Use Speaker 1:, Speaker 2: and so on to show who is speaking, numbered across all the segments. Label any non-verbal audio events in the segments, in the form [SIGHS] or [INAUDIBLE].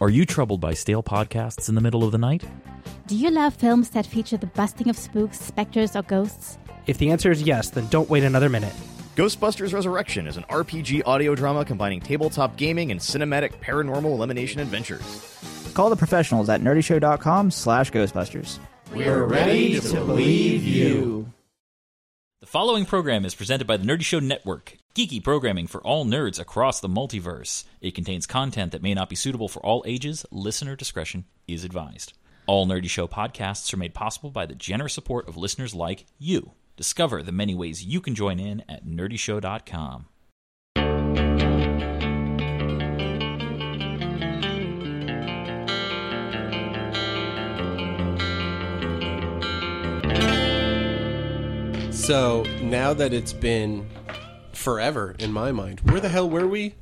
Speaker 1: Are you troubled by stale podcasts in the middle of the night?
Speaker 2: Do you love films that feature the busting of spooks, specters, or ghosts?
Speaker 3: If the answer is yes, then don't wait another minute.
Speaker 4: Ghostbusters Resurrection is an RPG audio drama combining tabletop gaming and cinematic paranormal elimination adventures.
Speaker 5: Call the professionals at nerdyshow.com slash Ghostbusters.
Speaker 6: We're ready to believe you.
Speaker 1: The following program is presented by the Nerdy Show Network, geeky programming for all nerds across the multiverse. It contains content that may not be suitable for all ages. Listener discretion is advised. All Nerdy Show podcasts are made possible by the generous support of listeners like you. Discover the many ways you can join in at nerdyshow.com.
Speaker 7: So now that it's been forever in my mind, where the hell were we?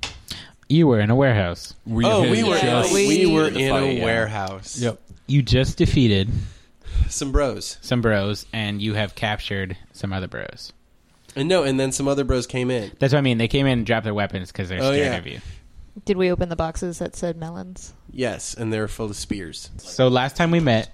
Speaker 8: You were in a warehouse.
Speaker 7: We oh, we were
Speaker 8: just-
Speaker 7: we were in
Speaker 9: fight,
Speaker 7: a
Speaker 9: yeah.
Speaker 7: warehouse.
Speaker 8: You just defeated
Speaker 7: Some bros.
Speaker 8: some bros, and you have captured some other bros.
Speaker 7: And no, and then some other bros came in.
Speaker 8: That's what I mean. They came in and dropped their weapons because they're
Speaker 7: Oh,
Speaker 8: scared
Speaker 7: yeah.
Speaker 8: of you.
Speaker 10: Did we open the boxes that said melons?
Speaker 7: Yes, and they were full of spears.
Speaker 8: So last time we met,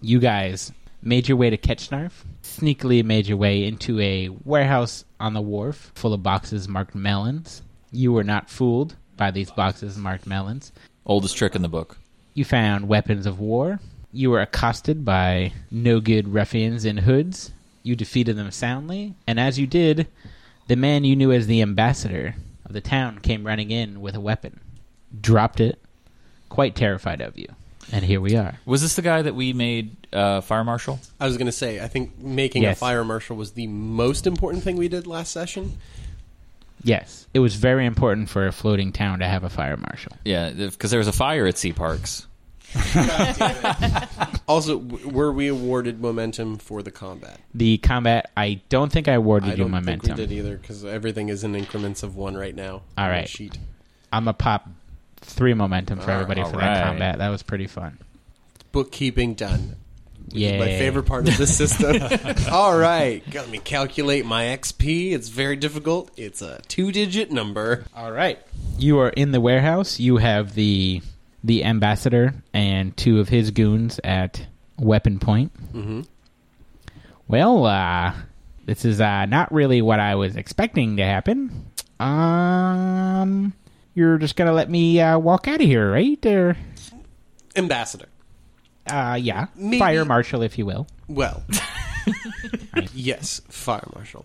Speaker 8: you guys made your way to Ketchnarf, sneakily made your way into a warehouse on the wharf full of boxes marked melons. You were not fooled by these boxes marked melons.
Speaker 1: Oldest trick in the book.
Speaker 8: You found weapons of war. You were accosted by no good ruffians in hoods. You defeated them soundly, and as you did, the man you knew as the ambassador of the town came running in with a weapon, dropped it, quite terrified of you. And here we are.
Speaker 1: Was this the guy that we made uh, fire marshal?
Speaker 7: I was going to say, I think making
Speaker 8: Yes.
Speaker 7: a fire marshal was the most important thing we did last session.
Speaker 8: Yes, it was very important for a floating town to have a fire marshal.
Speaker 1: Yeah, because there was a fire at Sea Parks.
Speaker 7: Also, w- were we awarded momentum for the combat?
Speaker 8: The combat, I don't think I awarded
Speaker 7: I
Speaker 8: you
Speaker 7: don't
Speaker 8: momentum.
Speaker 7: think we did either because everything is in increments of one right now.
Speaker 8: All
Speaker 7: on the
Speaker 8: right.
Speaker 7: sheet.
Speaker 8: I'm gonna pop three momentum for everybody for
Speaker 1: alright.
Speaker 8: that combat. That was pretty fun.
Speaker 7: Uh, bookkeeping done. Which is my
Speaker 8: Yay.
Speaker 7: favorite part of
Speaker 8: [LAUGHS]
Speaker 7: the system. [LAUGHS] All right, got me calculate my XP. It's very difficult. It's a two-digit number.
Speaker 8: All right. You are in the warehouse. You have the the ambassador and two of his goons at weapon point. Mm-hmm. Well, uh, this is uh, not really what I was expecting to happen. Um, you're just gonna let me uh, walk out of here, right? Or,
Speaker 7: Ambassador.
Speaker 8: uh, yeah,
Speaker 7: Maybe-
Speaker 8: fire marshal, if you will. [LAUGHS]
Speaker 7: Well, [LAUGHS] yes, fire marshal.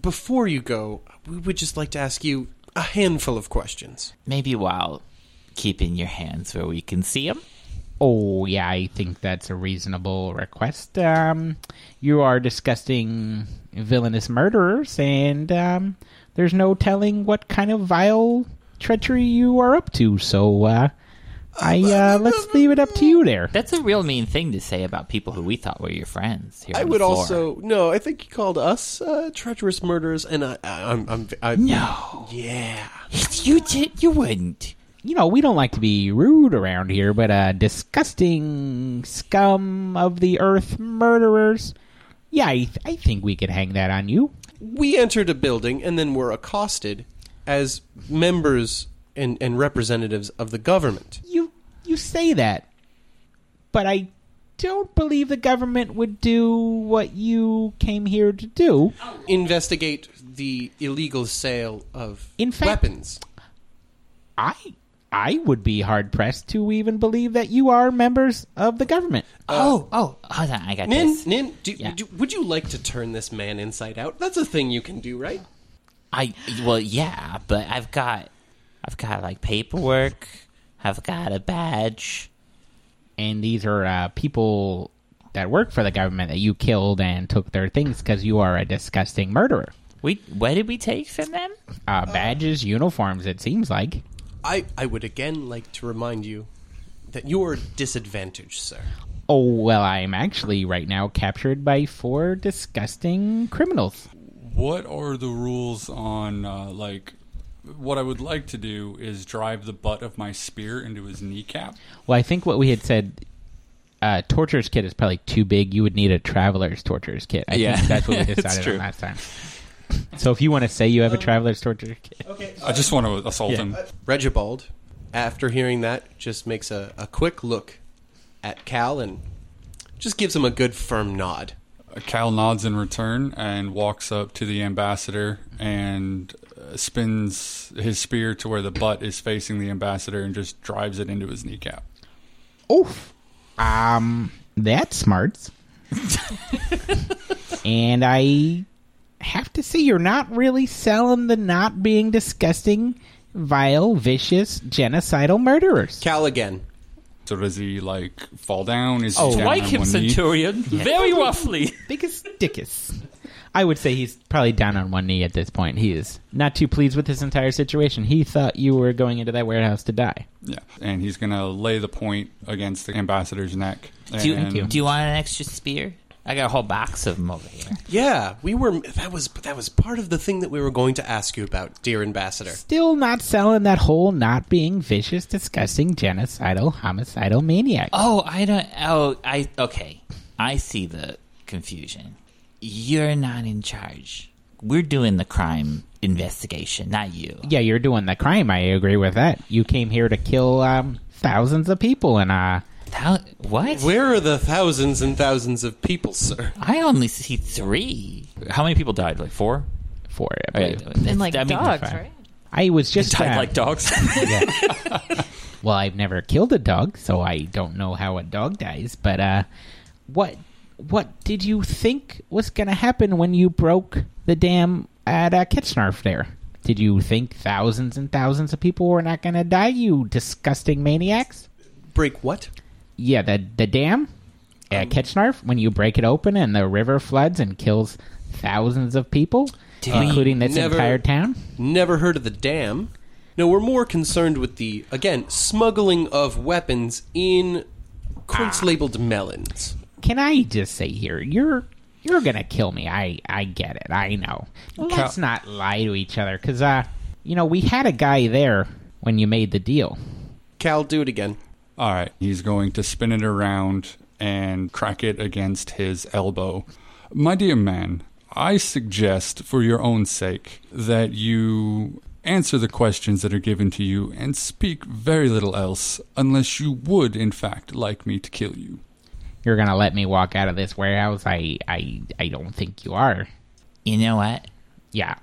Speaker 7: Before you go, we would just like to ask you a handful of questions.
Speaker 6: Maybe while keeping your hands where we can see them.
Speaker 8: Oh, yeah, I think that's a reasonable request. Um, you are discussing villainous murderers, and um, there's no telling what kind of vile treachery you are up to. So, uh, I uh, let's leave it up to you there.
Speaker 6: That's a real mean thing to say about people who we thought were your friends. Here
Speaker 7: I
Speaker 6: on the
Speaker 7: would
Speaker 6: floor.
Speaker 7: also no. I think you called us uh, treacherous murderers, and I, I, I'm, I'm, I,
Speaker 6: No.
Speaker 7: yeah.
Speaker 6: [LAUGHS] You did. You wouldn't.
Speaker 8: You know, we don't like to be rude around here, but uh, disgusting scum of the earth murderers. Yeah, I, th- I think we could hang that on you.
Speaker 7: we entered a building and then were accosted as members and, and representatives of the government.
Speaker 8: you you say that, but I don't believe the government would do what you came here to do.
Speaker 7: Investigate the illegal sale of
Speaker 8: In fact-
Speaker 7: weapons.
Speaker 8: I I would be hard pressed to even believe that you are members of the government.
Speaker 6: oh, oh, hold on. I got
Speaker 7: Uh, Nin,
Speaker 6: this.
Speaker 7: Nin, do,
Speaker 6: Yeah.
Speaker 7: do- would you like to turn this man inside out? That's a thing you can do, right?
Speaker 6: I well, yeah, but I've got, I've got like paperwork. I've got a badge.
Speaker 8: And these are uh, people that work for the government that you killed and took their things because you are a disgusting murderer.
Speaker 3: We what did we take from them?
Speaker 1: Uh, badges, uniforms. It seems like.
Speaker 7: I, I would again like to remind you that you are disadvantaged, sir.
Speaker 1: Oh well, I am actually right now captured by four disgusting criminals.
Speaker 8: What are the rules on uh, like? What I would like to do is drive the butt of my spear into his kneecap.
Speaker 1: Well, I think what we had said, uh, torturer's kit is probably too big. You would need a traveler's torturer's kit. I
Speaker 8: Yeah.
Speaker 1: think that's
Speaker 8: [LAUGHS]
Speaker 1: what we
Speaker 8: It's
Speaker 1: decided
Speaker 8: true.
Speaker 1: on last time. So if you want to say you have a traveler's torture kit,
Speaker 8: I just want to assault him.
Speaker 7: Regibald, after hearing that, just makes a, a quick look at Cal and just gives him a good firm nod.
Speaker 8: Cal nods in return and walks up to the ambassador and uh, spins his spear to where the butt is facing the ambassador and just drives it into his kneecap.
Speaker 1: oof, um, that smarts. and I have to say, you're not really selling the not being disgusting, vile, vicious, genocidal murderers.
Speaker 7: Cal again.
Speaker 8: So does he like fall down? Is
Speaker 1: Oh.
Speaker 8: he down
Speaker 1: Strike
Speaker 8: on
Speaker 1: him,
Speaker 8: one knee?
Speaker 1: Centurion. Very
Speaker 3: roughly.
Speaker 1: Biggest dickus. I would say he's probably down on one knee at this point. He is not too pleased with his entire situation. He thought you were going into that warehouse to die.
Speaker 8: Yeah, and he's gonna lay the point against the ambassador's neck.
Speaker 3: Do
Speaker 8: And-
Speaker 3: you, do you want an extra spear? I got a whole box of them over here.
Speaker 7: Yeah, we were that was that was part of the thing that we were going to ask you about, dear ambassador.
Speaker 1: Still not selling that whole not being vicious, disgusting, genocidal, homicidal maniac.
Speaker 3: Oh, I don't. Oh, I okay. I see the confusion. You're not in charge. We're doing the crime investigation, not you.
Speaker 1: Yeah, you're doing the crime. I agree with that. You came here to kill um, thousands of people and uh,
Speaker 3: what?
Speaker 7: Where are the thousands and thousands of people, sir?
Speaker 3: I only see three.
Speaker 4: How many people died? Like four?
Speaker 1: Four, I
Speaker 3: [LAUGHS]
Speaker 4: believe.
Speaker 3: And like
Speaker 4: I mean,
Speaker 3: dogs,
Speaker 4: fine.
Speaker 3: right?
Speaker 1: I was just
Speaker 4: They died
Speaker 1: uh,
Speaker 4: like dogs.
Speaker 1: Well, I've never killed a dog, so I don't know how a dog dies. But uh, what what did you think was going to happen when you broke the dam at uh, Kitchnarf there? Did you think thousands and thousands of people were not going to die? You disgusting maniacs!
Speaker 7: Break what?
Speaker 1: Yeah, the the dam at Kitchnarf when you break it open and the river floods and kills thousands of people, including this
Speaker 7: Never-
Speaker 1: entire town.
Speaker 7: Never heard of the dam. No, we're more concerned with the again smuggling of weapons in quotes labeled melons.
Speaker 1: Can I just say here, you're you're gonna kill me. I I get it. I know. Let's not lie to each other, because uh, you know, we had a guy there when you made the deal.
Speaker 7: Cal, do it again.
Speaker 8: All right, he's going to spin it around and crack it against his elbow. My dear man, I suggest, for your own sake, that you answer the questions that are given to you and speak very little else, unless you would, in fact, like me to kill you.
Speaker 1: You're gonna let me walk out of this warehouse. I I I don't think you are.
Speaker 3: You know what?
Speaker 1: Yeah.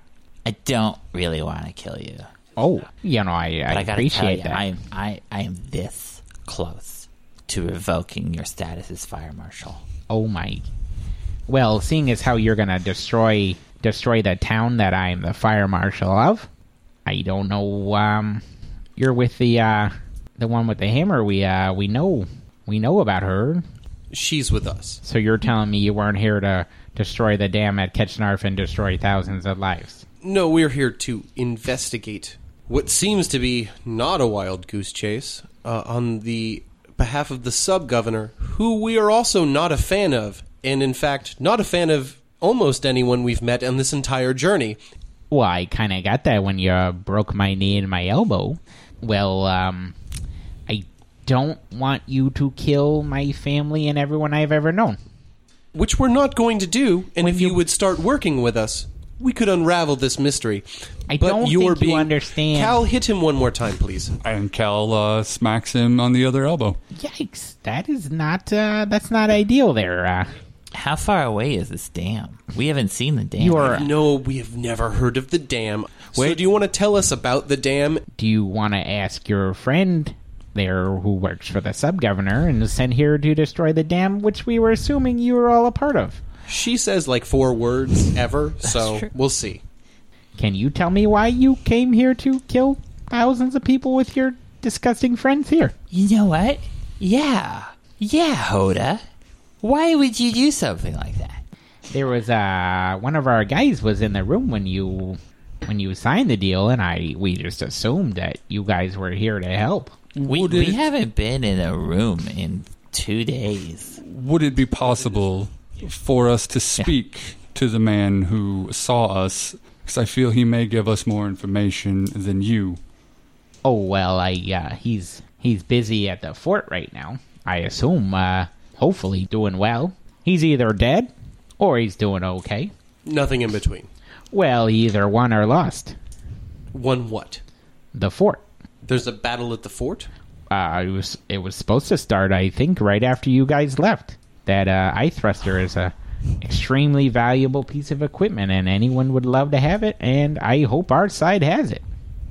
Speaker 3: I don't really want to kill you.
Speaker 1: Oh, you know, I,
Speaker 3: but
Speaker 1: I,
Speaker 3: I gotta
Speaker 1: appreciate
Speaker 3: tell you,
Speaker 1: that.
Speaker 3: I am I, I am this close to revoking your status as fire marshal.
Speaker 1: Oh my. Well, seeing as how you're gonna destroy destroy the town that I'm the fire marshal of, I don't know. Um, you're with the uh, the one with the hammer. We uh, we know we know about her.
Speaker 7: She's with us.
Speaker 1: So you're telling me you weren't here to destroy the dam at Ketchnarf and destroy thousands of lives?
Speaker 7: No, we're here to investigate what seems to be not a wild goose chase uh, on the behalf of the sub governor, who we are also not a fan of, and in fact, not a fan of almost anyone we've met on this entire journey.
Speaker 1: Well, I kind of got that when you uh, broke my knee and my elbow. Well, um, I don't want you to kill my family and everyone I've ever known.
Speaker 7: Which we're not going to do, and if you, would start working with us, we could unravel this mystery.
Speaker 1: I
Speaker 7: but
Speaker 1: don't
Speaker 7: you
Speaker 1: think
Speaker 7: are
Speaker 1: you
Speaker 7: being,
Speaker 1: understand.
Speaker 7: Cal, hit him one more time, please.
Speaker 8: And Cal uh, smacks him on the other elbow.
Speaker 1: Yikes! That is not uh, that's not ideal there. Uh,
Speaker 3: How far away is this dam? We haven't seen the dam.
Speaker 7: no, we have never heard of the dam. so do you want to tell us about the dam?
Speaker 1: do you want to ask your friend there who works for the sub governor and is sent here to destroy the dam, which we were assuming you were all a part of?
Speaker 7: She says like four words ever, so we'll see.
Speaker 1: Can you tell me why you came here to kill thousands of people with your disgusting friends here?
Speaker 3: You know what? Yeah. Yeah, Hoda. Why would you do something like that?
Speaker 1: There was uh one of our guys was in the room when you when you signed the deal, and I we just assumed that you guys were here to help.
Speaker 3: We,
Speaker 8: Would we it-
Speaker 3: haven't been in a room in two days.
Speaker 8: Would it be possible for us to speak to the man who saw us? Because I feel he may give us more information than you.
Speaker 1: Oh well, I uh, he's he's busy at the fort right now. I assume, uh, hopefully, doing well. He's either dead or he's doing okay.
Speaker 7: Nothing in between.
Speaker 1: Well, he either won or lost
Speaker 7: One what?
Speaker 1: the fort.
Speaker 7: There's a battle at the fort?
Speaker 1: Uh, it was it was supposed to start, I think, right after you guys left. That uh, eye thruster is a extremely valuable piece of equipment, and anyone would love to have it. And I hope our side has it.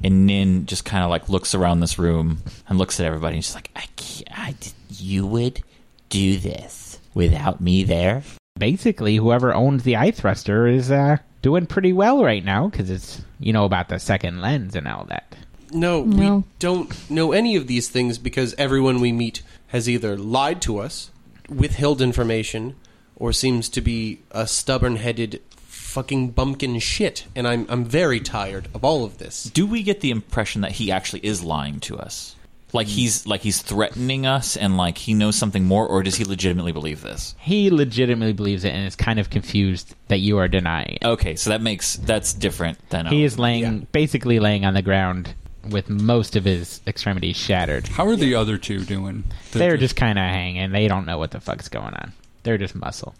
Speaker 4: And Nin just kind of like looks around this room and looks at everybody. And she's like,
Speaker 3: I can't, I d- you would do this without me there?
Speaker 1: Basically, whoever owns the eye thruster is uh, doing pretty well right now because it's you know about the second lens and all that.
Speaker 7: No, we
Speaker 1: No.
Speaker 7: don't know any of these things because everyone we meet has either lied to us, withheld information, or seems to be a stubborn headed fucking bumpkin shit. And I'm, I'm very tired of all of this.
Speaker 4: Do we get the impression that he actually is lying to us? Like he's like he's threatening us and like he knows something more or does he legitimately believe this?
Speaker 1: He legitimately believes it and is kind of confused that you are denying it.
Speaker 4: Okay, so that makes that's different than uh,
Speaker 1: He is laying basically laying on the ground with most of his extremities shattered.
Speaker 8: How are the other two doing?
Speaker 1: They're just kind of hanging. They don't know what the fuck's going on. They're just muscle.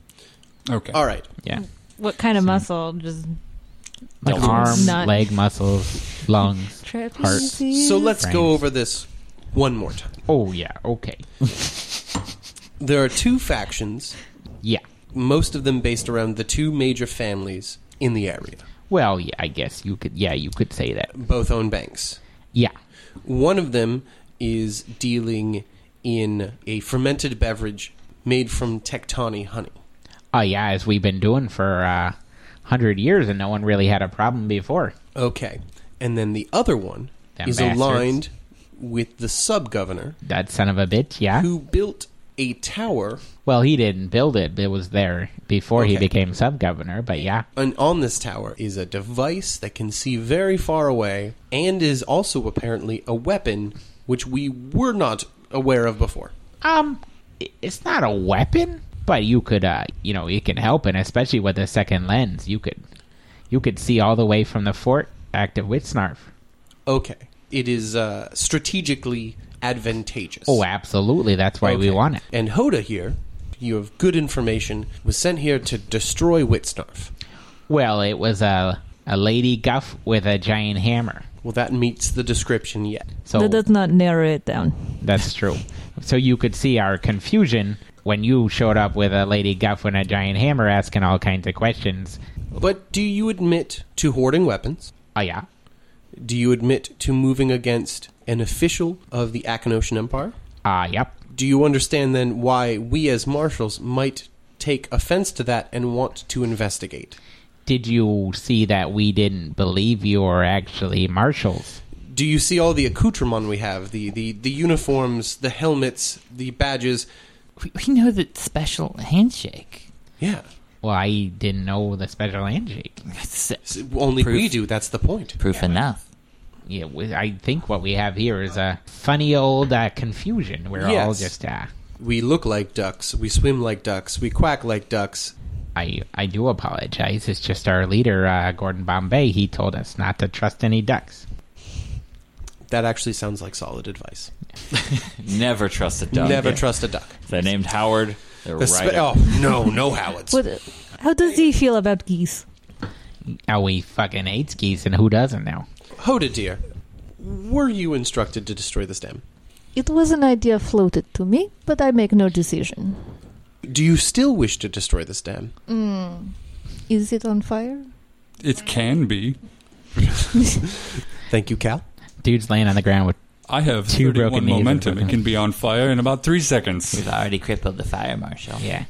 Speaker 8: Okay.
Speaker 7: All right.
Speaker 1: Yeah.
Speaker 2: What kind of muscle? Just
Speaker 1: Like
Speaker 7: Muscles.
Speaker 1: arm,
Speaker 2: Nuts.
Speaker 1: leg muscles, lungs, heart.
Speaker 7: So let's go over this one more time.
Speaker 1: Oh, yeah. Okay.
Speaker 7: there are two factions.
Speaker 1: Yeah.
Speaker 7: Most of them based around the two major families in the area.
Speaker 1: Well, yeah, I guess you could. Yeah, you could say that.
Speaker 7: Both own banks.
Speaker 1: Yeah.
Speaker 7: One of them is dealing in a fermented beverage made from Tectani honey.
Speaker 1: Oh, yeah, as we've been doing for uh, 100 years and no one really had a problem before.
Speaker 7: Okay. And then the other one
Speaker 1: Them
Speaker 7: is
Speaker 1: bastards.
Speaker 7: aligned with the sub governor
Speaker 1: That son of a bitch, yeah.
Speaker 7: who built a tower.
Speaker 1: Well, he didn't build it. It was there before he
Speaker 7: Okay.
Speaker 1: became sub governor, but yeah.
Speaker 7: And on this tower is a device that can see very far away and is also apparently a weapon which we were not aware of before.
Speaker 1: Um, i- it's not a weapon, but you could, uh, you know, it can help, and especially with the second lens, you could, you could see all the way from the fort. Active with snarf.
Speaker 7: Okay. It is uh, strategically advantageous.
Speaker 1: Oh, absolutely. That's why we
Speaker 7: Okay.
Speaker 1: want it.
Speaker 7: And Hoda here, you have good information, was sent here to destroy Witsnarf.
Speaker 1: Well, it was a a lady guff with a giant hammer.
Speaker 7: Well, that meets the description yet.
Speaker 1: So
Speaker 2: that does not narrow it down.
Speaker 1: That's true. So you could see our confusion when you showed up with a lady guff and a giant hammer asking all kinds of questions.
Speaker 7: But do you admit to hoarding weapons?
Speaker 1: Oh, yeah.
Speaker 7: Do you admit to moving against an official of the Akanosian Empire?
Speaker 1: Ah, yep.
Speaker 7: Do you understand then why we as marshals might take offense to that and want to investigate?
Speaker 1: Did you see that we didn't believe you were actually marshals?
Speaker 7: Do you see all the accoutrement we have? The, the, the uniforms, the helmets, the badges?
Speaker 3: We, we know that special handshake.
Speaker 7: Yeah.
Speaker 1: Well, I didn't know the special handshake.
Speaker 7: Only we do. That's the point.
Speaker 3: Proof enough.
Speaker 1: Yeah, we, I think what we have here is a funny old uh, confusion. We're all
Speaker 7: Yes.
Speaker 1: just uh,
Speaker 7: We look like ducks. We swim like ducks. We quack like ducks.
Speaker 1: I I do apologize. It's just our leader, uh, Gordon Bombay. He told us not to trust any ducks.
Speaker 7: That actually sounds like solid advice.
Speaker 4: Never trust a duck.
Speaker 7: Never trust a duck.
Speaker 4: They're named Howard. They're
Speaker 7: The
Speaker 4: right.
Speaker 7: spe-
Speaker 4: up.
Speaker 7: oh, no, no Howards.
Speaker 2: What, how does he feel about geese?
Speaker 1: Oh, we fucking hates geese, and who doesn't now?
Speaker 7: Hoda, dear, were you instructed to destroy this dam?
Speaker 10: It was an idea floated to me, but I make no decision.
Speaker 7: Do you still wish to destroy this dam?
Speaker 10: Mm. Is it on fire?
Speaker 8: It can be.
Speaker 7: Thank you, Cal.
Speaker 1: Dude's laying on the ground with
Speaker 8: I have
Speaker 1: Two
Speaker 8: 31
Speaker 1: broken knees and
Speaker 8: momentum. It
Speaker 1: broken-
Speaker 8: can be on fire in about three seconds. We've
Speaker 3: already crippled the fire marshal.
Speaker 1: Yeah.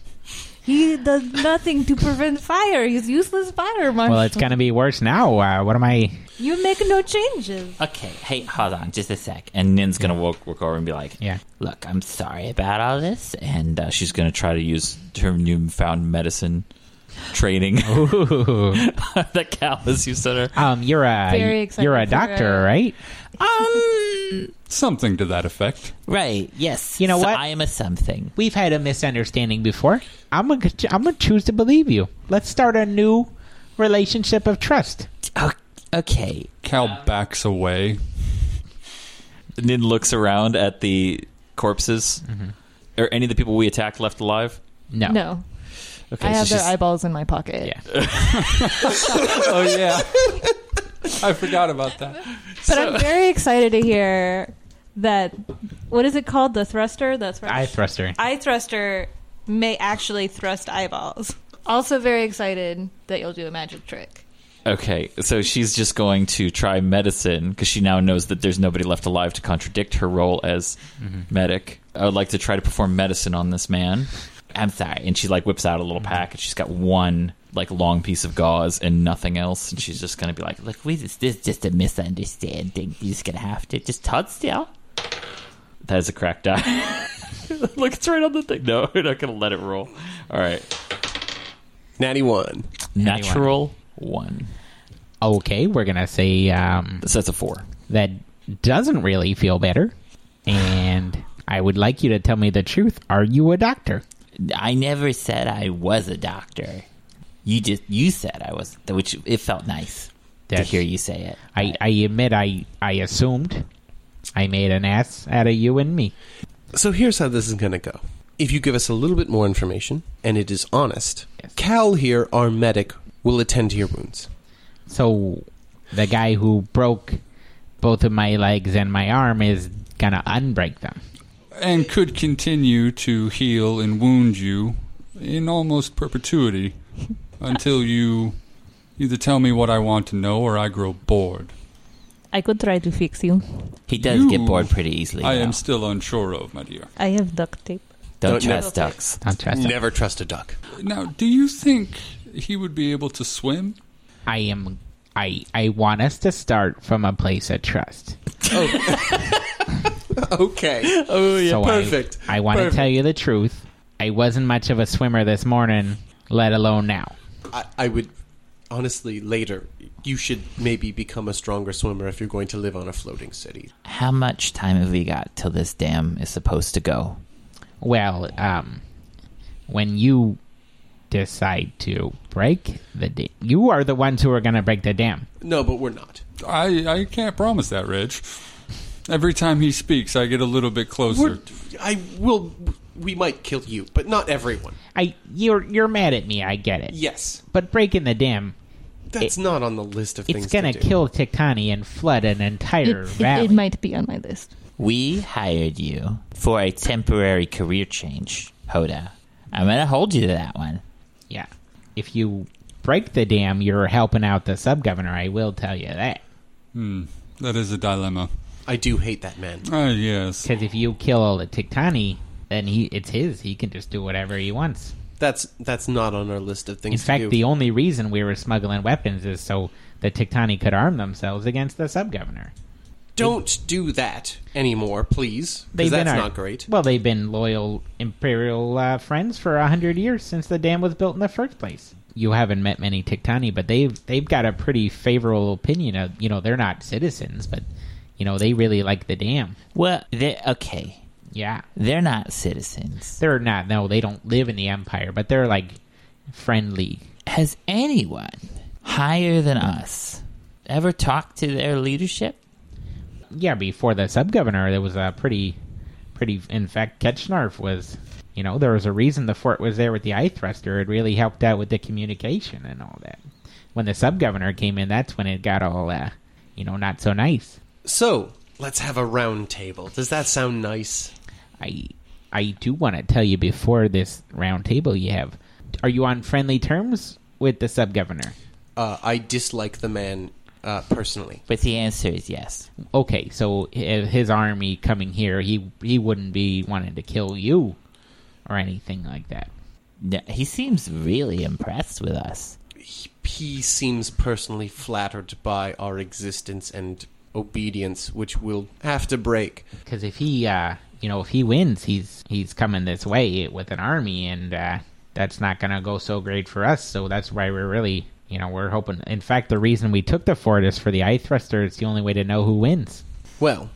Speaker 2: He does nothing to prevent fire. He's useless fire marshal.
Speaker 1: Well, it's gonna be worse now. Uh, what am I?
Speaker 2: You make no changes.
Speaker 3: Okay, hey, hold on just a sec. And Nin's going to walk, walk over and be like,
Speaker 1: Yeah.
Speaker 3: Look, I'm sorry about all this. And
Speaker 4: And uh, she's going to try to use her newfound medicine training [LAUGHS]
Speaker 1: Ooh.
Speaker 4: that Kalamazoo Center.
Speaker 1: Um, you're a
Speaker 4: [LAUGHS] Very excited
Speaker 1: you're a
Speaker 4: for
Speaker 1: doctor,
Speaker 4: it.
Speaker 1: right?
Speaker 3: Um,
Speaker 8: [LAUGHS] something to that effect.
Speaker 3: Right. Yes.
Speaker 1: You know
Speaker 3: So
Speaker 1: what?
Speaker 3: I am a something.
Speaker 1: We've had a misunderstanding before. I'm gonna I'm gonna choose to believe you. Let's start a new relationship of trust.
Speaker 3: Okay.
Speaker 8: Cal backs away.
Speaker 4: Nin looks around at the corpses.
Speaker 3: Mm-hmm.
Speaker 4: Are any of the people we attacked left alive?
Speaker 1: No.
Speaker 10: No.
Speaker 4: Okay,
Speaker 10: I
Speaker 4: so
Speaker 10: have their
Speaker 4: she's-
Speaker 10: eyeballs in my pocket. Yeah.
Speaker 3: [LAUGHS]
Speaker 8: oh yeah, I forgot about that.
Speaker 2: But I'm very excited to hear that. What is it called? The thruster. The thruster.
Speaker 1: Eye thruster.
Speaker 2: Eye thruster may actually thrust eyeballs.
Speaker 10: Also very excited that you'll do a magic trick.
Speaker 4: Okay, so she's just going to try medicine because she now knows that there's nobody left alive to contradict her role as
Speaker 3: Mhm.
Speaker 4: medic. I would like to try to perform medicine on this man. I'm sorry. And she like whips out a little pack and she's got one like long piece of gauze and nothing else. And she's just gonna be like,
Speaker 3: Look, we just this is just a misunderstanding. You're just gonna have to just hold still.
Speaker 4: "That is a cracked eye." [LAUGHS] Look, it's right on the thing. No, we're not gonna let it roll. All right,
Speaker 7: natty one,
Speaker 4: natural one.
Speaker 1: Okay, we're gonna say um,
Speaker 4: so that's a four.
Speaker 1: That doesn't really feel better. And I would like you to tell me the truth. Are you a doctor?
Speaker 3: I never said I was a doctor. You just you said I was, which it felt nice to
Speaker 1: That's-
Speaker 3: hear you say it.
Speaker 1: I, I admit I I assumed I made an ass out of you and me.
Speaker 7: So here's how this is going to go. If you give us a little bit more information and it is honest, Cal here, our medic, will attend to your wounds.
Speaker 1: So the guy who broke both of my legs and my arm is gonna unbreak them.
Speaker 8: and could continue to heal and wound you in almost perpetuity
Speaker 2: [LAUGHS]
Speaker 8: until you either tell me what I want to know or I grow bored.
Speaker 2: I could try to fix you.
Speaker 3: He does
Speaker 8: You-
Speaker 3: get bored pretty easily.
Speaker 8: I
Speaker 3: though.
Speaker 8: am still unsure of, my dear.
Speaker 2: I have duct tape.
Speaker 3: Don't,
Speaker 8: Don't
Speaker 3: trust
Speaker 8: never-
Speaker 3: ducks.
Speaker 1: Don't trust
Speaker 8: them.
Speaker 7: Never trust a duck.
Speaker 8: Now, do you think he would be able to swim?
Speaker 1: I am I I want us to start from a place of trust.
Speaker 7: [LAUGHS] Okay. Oh
Speaker 1: So I- I, want to tell you the truth. I wasn't much of a swimmer this morning, let alone now.
Speaker 7: I, I would honestly later. You should maybe become a stronger swimmer if you're going to live on a floating city.
Speaker 3: How much time have we got till this dam is supposed to go?
Speaker 1: Well, um, when you decide to break the dam, you are the ones who are going to break the dam.
Speaker 7: No, but we're not.
Speaker 8: I, I can't promise that, Reg. Every time he speaks, I get a little bit closer.
Speaker 7: We're, I will. We might kill you, but not everyone.
Speaker 1: I you're you're mad at me. I get it.
Speaker 7: Yes,
Speaker 1: but breaking the dam,
Speaker 7: That's not on the list of
Speaker 1: it's
Speaker 7: things.
Speaker 1: going
Speaker 7: to
Speaker 1: to
Speaker 7: do.
Speaker 1: kill Tiktani and flood an entire
Speaker 10: It, it,
Speaker 1: valley.
Speaker 10: it might be on my list.
Speaker 3: We hired you for a temporary career change, Hoda. I'm gonna hold you to that one.
Speaker 1: yeah, if you break the dam, you're helping out the sub governor. I will tell you that.
Speaker 8: Hmm, that is a dilemma.
Speaker 7: I do hate that man.
Speaker 8: Ah, yes.
Speaker 1: Because if you kill all the Tiktani, then he it's his. He can just do whatever he wants.
Speaker 7: That's that's not on our list of things.
Speaker 1: In
Speaker 7: to
Speaker 1: fact,
Speaker 7: do.
Speaker 1: the only reason we were smuggling weapons is so the Tiktani could arm themselves against the sub governor.
Speaker 7: don't do that anymore, please. Because that's not great.
Speaker 1: Well, they've been loyal imperial uh, friends for a hundred years since the dam was built in the first place. You haven't met many Tiktani, but they've they've got a pretty favorable opinion of you know they're not citizens, but you know they really like the dam.
Speaker 3: Well, they okay.
Speaker 1: Yeah,
Speaker 3: they're not citizens.
Speaker 1: They're not. No, they don't live in the empire, but they're like friendly.
Speaker 3: Has anyone higher than us ever talked to their leadership?
Speaker 1: Yeah, before the sub governor, there was a pretty, pretty. In fact, Ketchnarf was. You know, there was a reason the fort was there with the eye thruster. It really helped out with the communication and all that. When the sub governor came in, that's when it got all, uh, you know, not so nice.
Speaker 7: So let's have a round table. Does that sound nice?
Speaker 1: I, I do want to tell you before this round table you have. Are you on friendly terms with the sub governor?
Speaker 7: Uh, I dislike the man uh, personally.
Speaker 3: But the answer is yes.
Speaker 1: Okay, so hi- his army coming here, he he wouldn't be wanting to kill you or anything like that.
Speaker 3: No, he seems really impressed with us.
Speaker 7: He seems personally flattered by our existence and obedience, which we'll have to break.
Speaker 1: Because if he, uh, you know, if he wins, he's he's coming this way with an army, and uh, that's not going to go so great for us. So that's why we're really, you know, we're hoping. In fact, the reason we took the fort is for the eye thruster. It's the only way to know who wins.
Speaker 7: Well,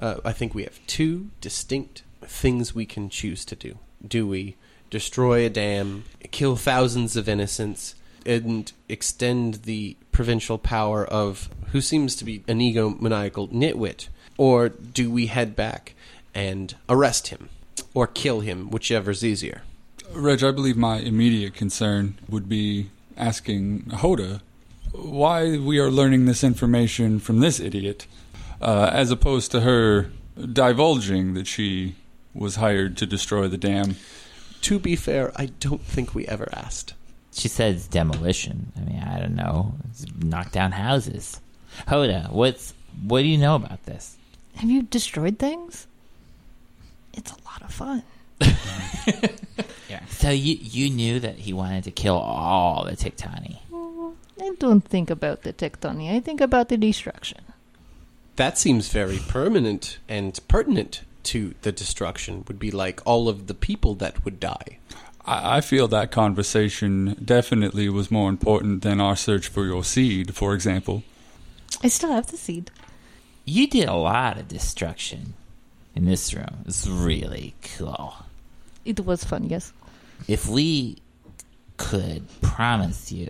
Speaker 7: uh, I think we have two distinct things we can choose to do. Do we destroy a dam, kill thousands of innocents, and extend the provincial power of who seems to be an egomaniacal nitwit? Or do we head back and arrest him or kill him, whichever's easier?
Speaker 8: Reg, I believe my immediate concern would be asking Hoda why we are learning this information from this idiot, uh, as opposed to her divulging that she was hired to destroy the dam.
Speaker 7: To be fair, I don't think we ever asked.
Speaker 3: She said it's demolition. I mean, I don't know. It's knock down houses. Hoda, what's what do you know about this?
Speaker 10: Have you destroyed things? It's a lot of fun.
Speaker 3: Yeah. So you you knew that he wanted to kill all the Tiktani.
Speaker 10: I don't think about the tectony. I think about the destruction.
Speaker 7: That seems very permanent and pertinent to the destruction, would be like all of the people that would die.
Speaker 8: I, I feel that conversation definitely was more important than our search for your seed, for example.
Speaker 10: I still have the seed.
Speaker 3: You did a lot of destruction in this room. It's really cool.
Speaker 10: It was fun, yes.
Speaker 3: If we could promise you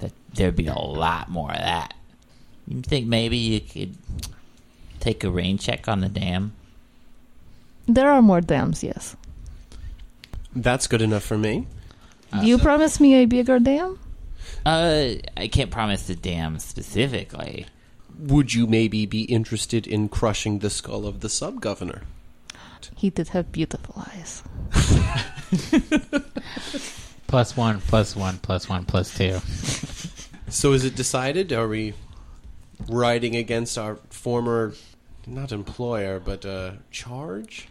Speaker 3: that there'd be a lot more of that, you think maybe you could take a rain check on the dam?
Speaker 10: There are more dams, yes.
Speaker 7: That's good enough for me.
Speaker 10: Do you promise me a bigger dam?
Speaker 3: Uh, I can't promise the dam specifically.
Speaker 7: Would you maybe be interested in crushing the skull of the sub governor?
Speaker 10: He did have beautiful eyes.
Speaker 1: Plus one, plus one, plus one, plus two.
Speaker 7: So is it decided? Are we riding against our former, not employer, but uh, charge?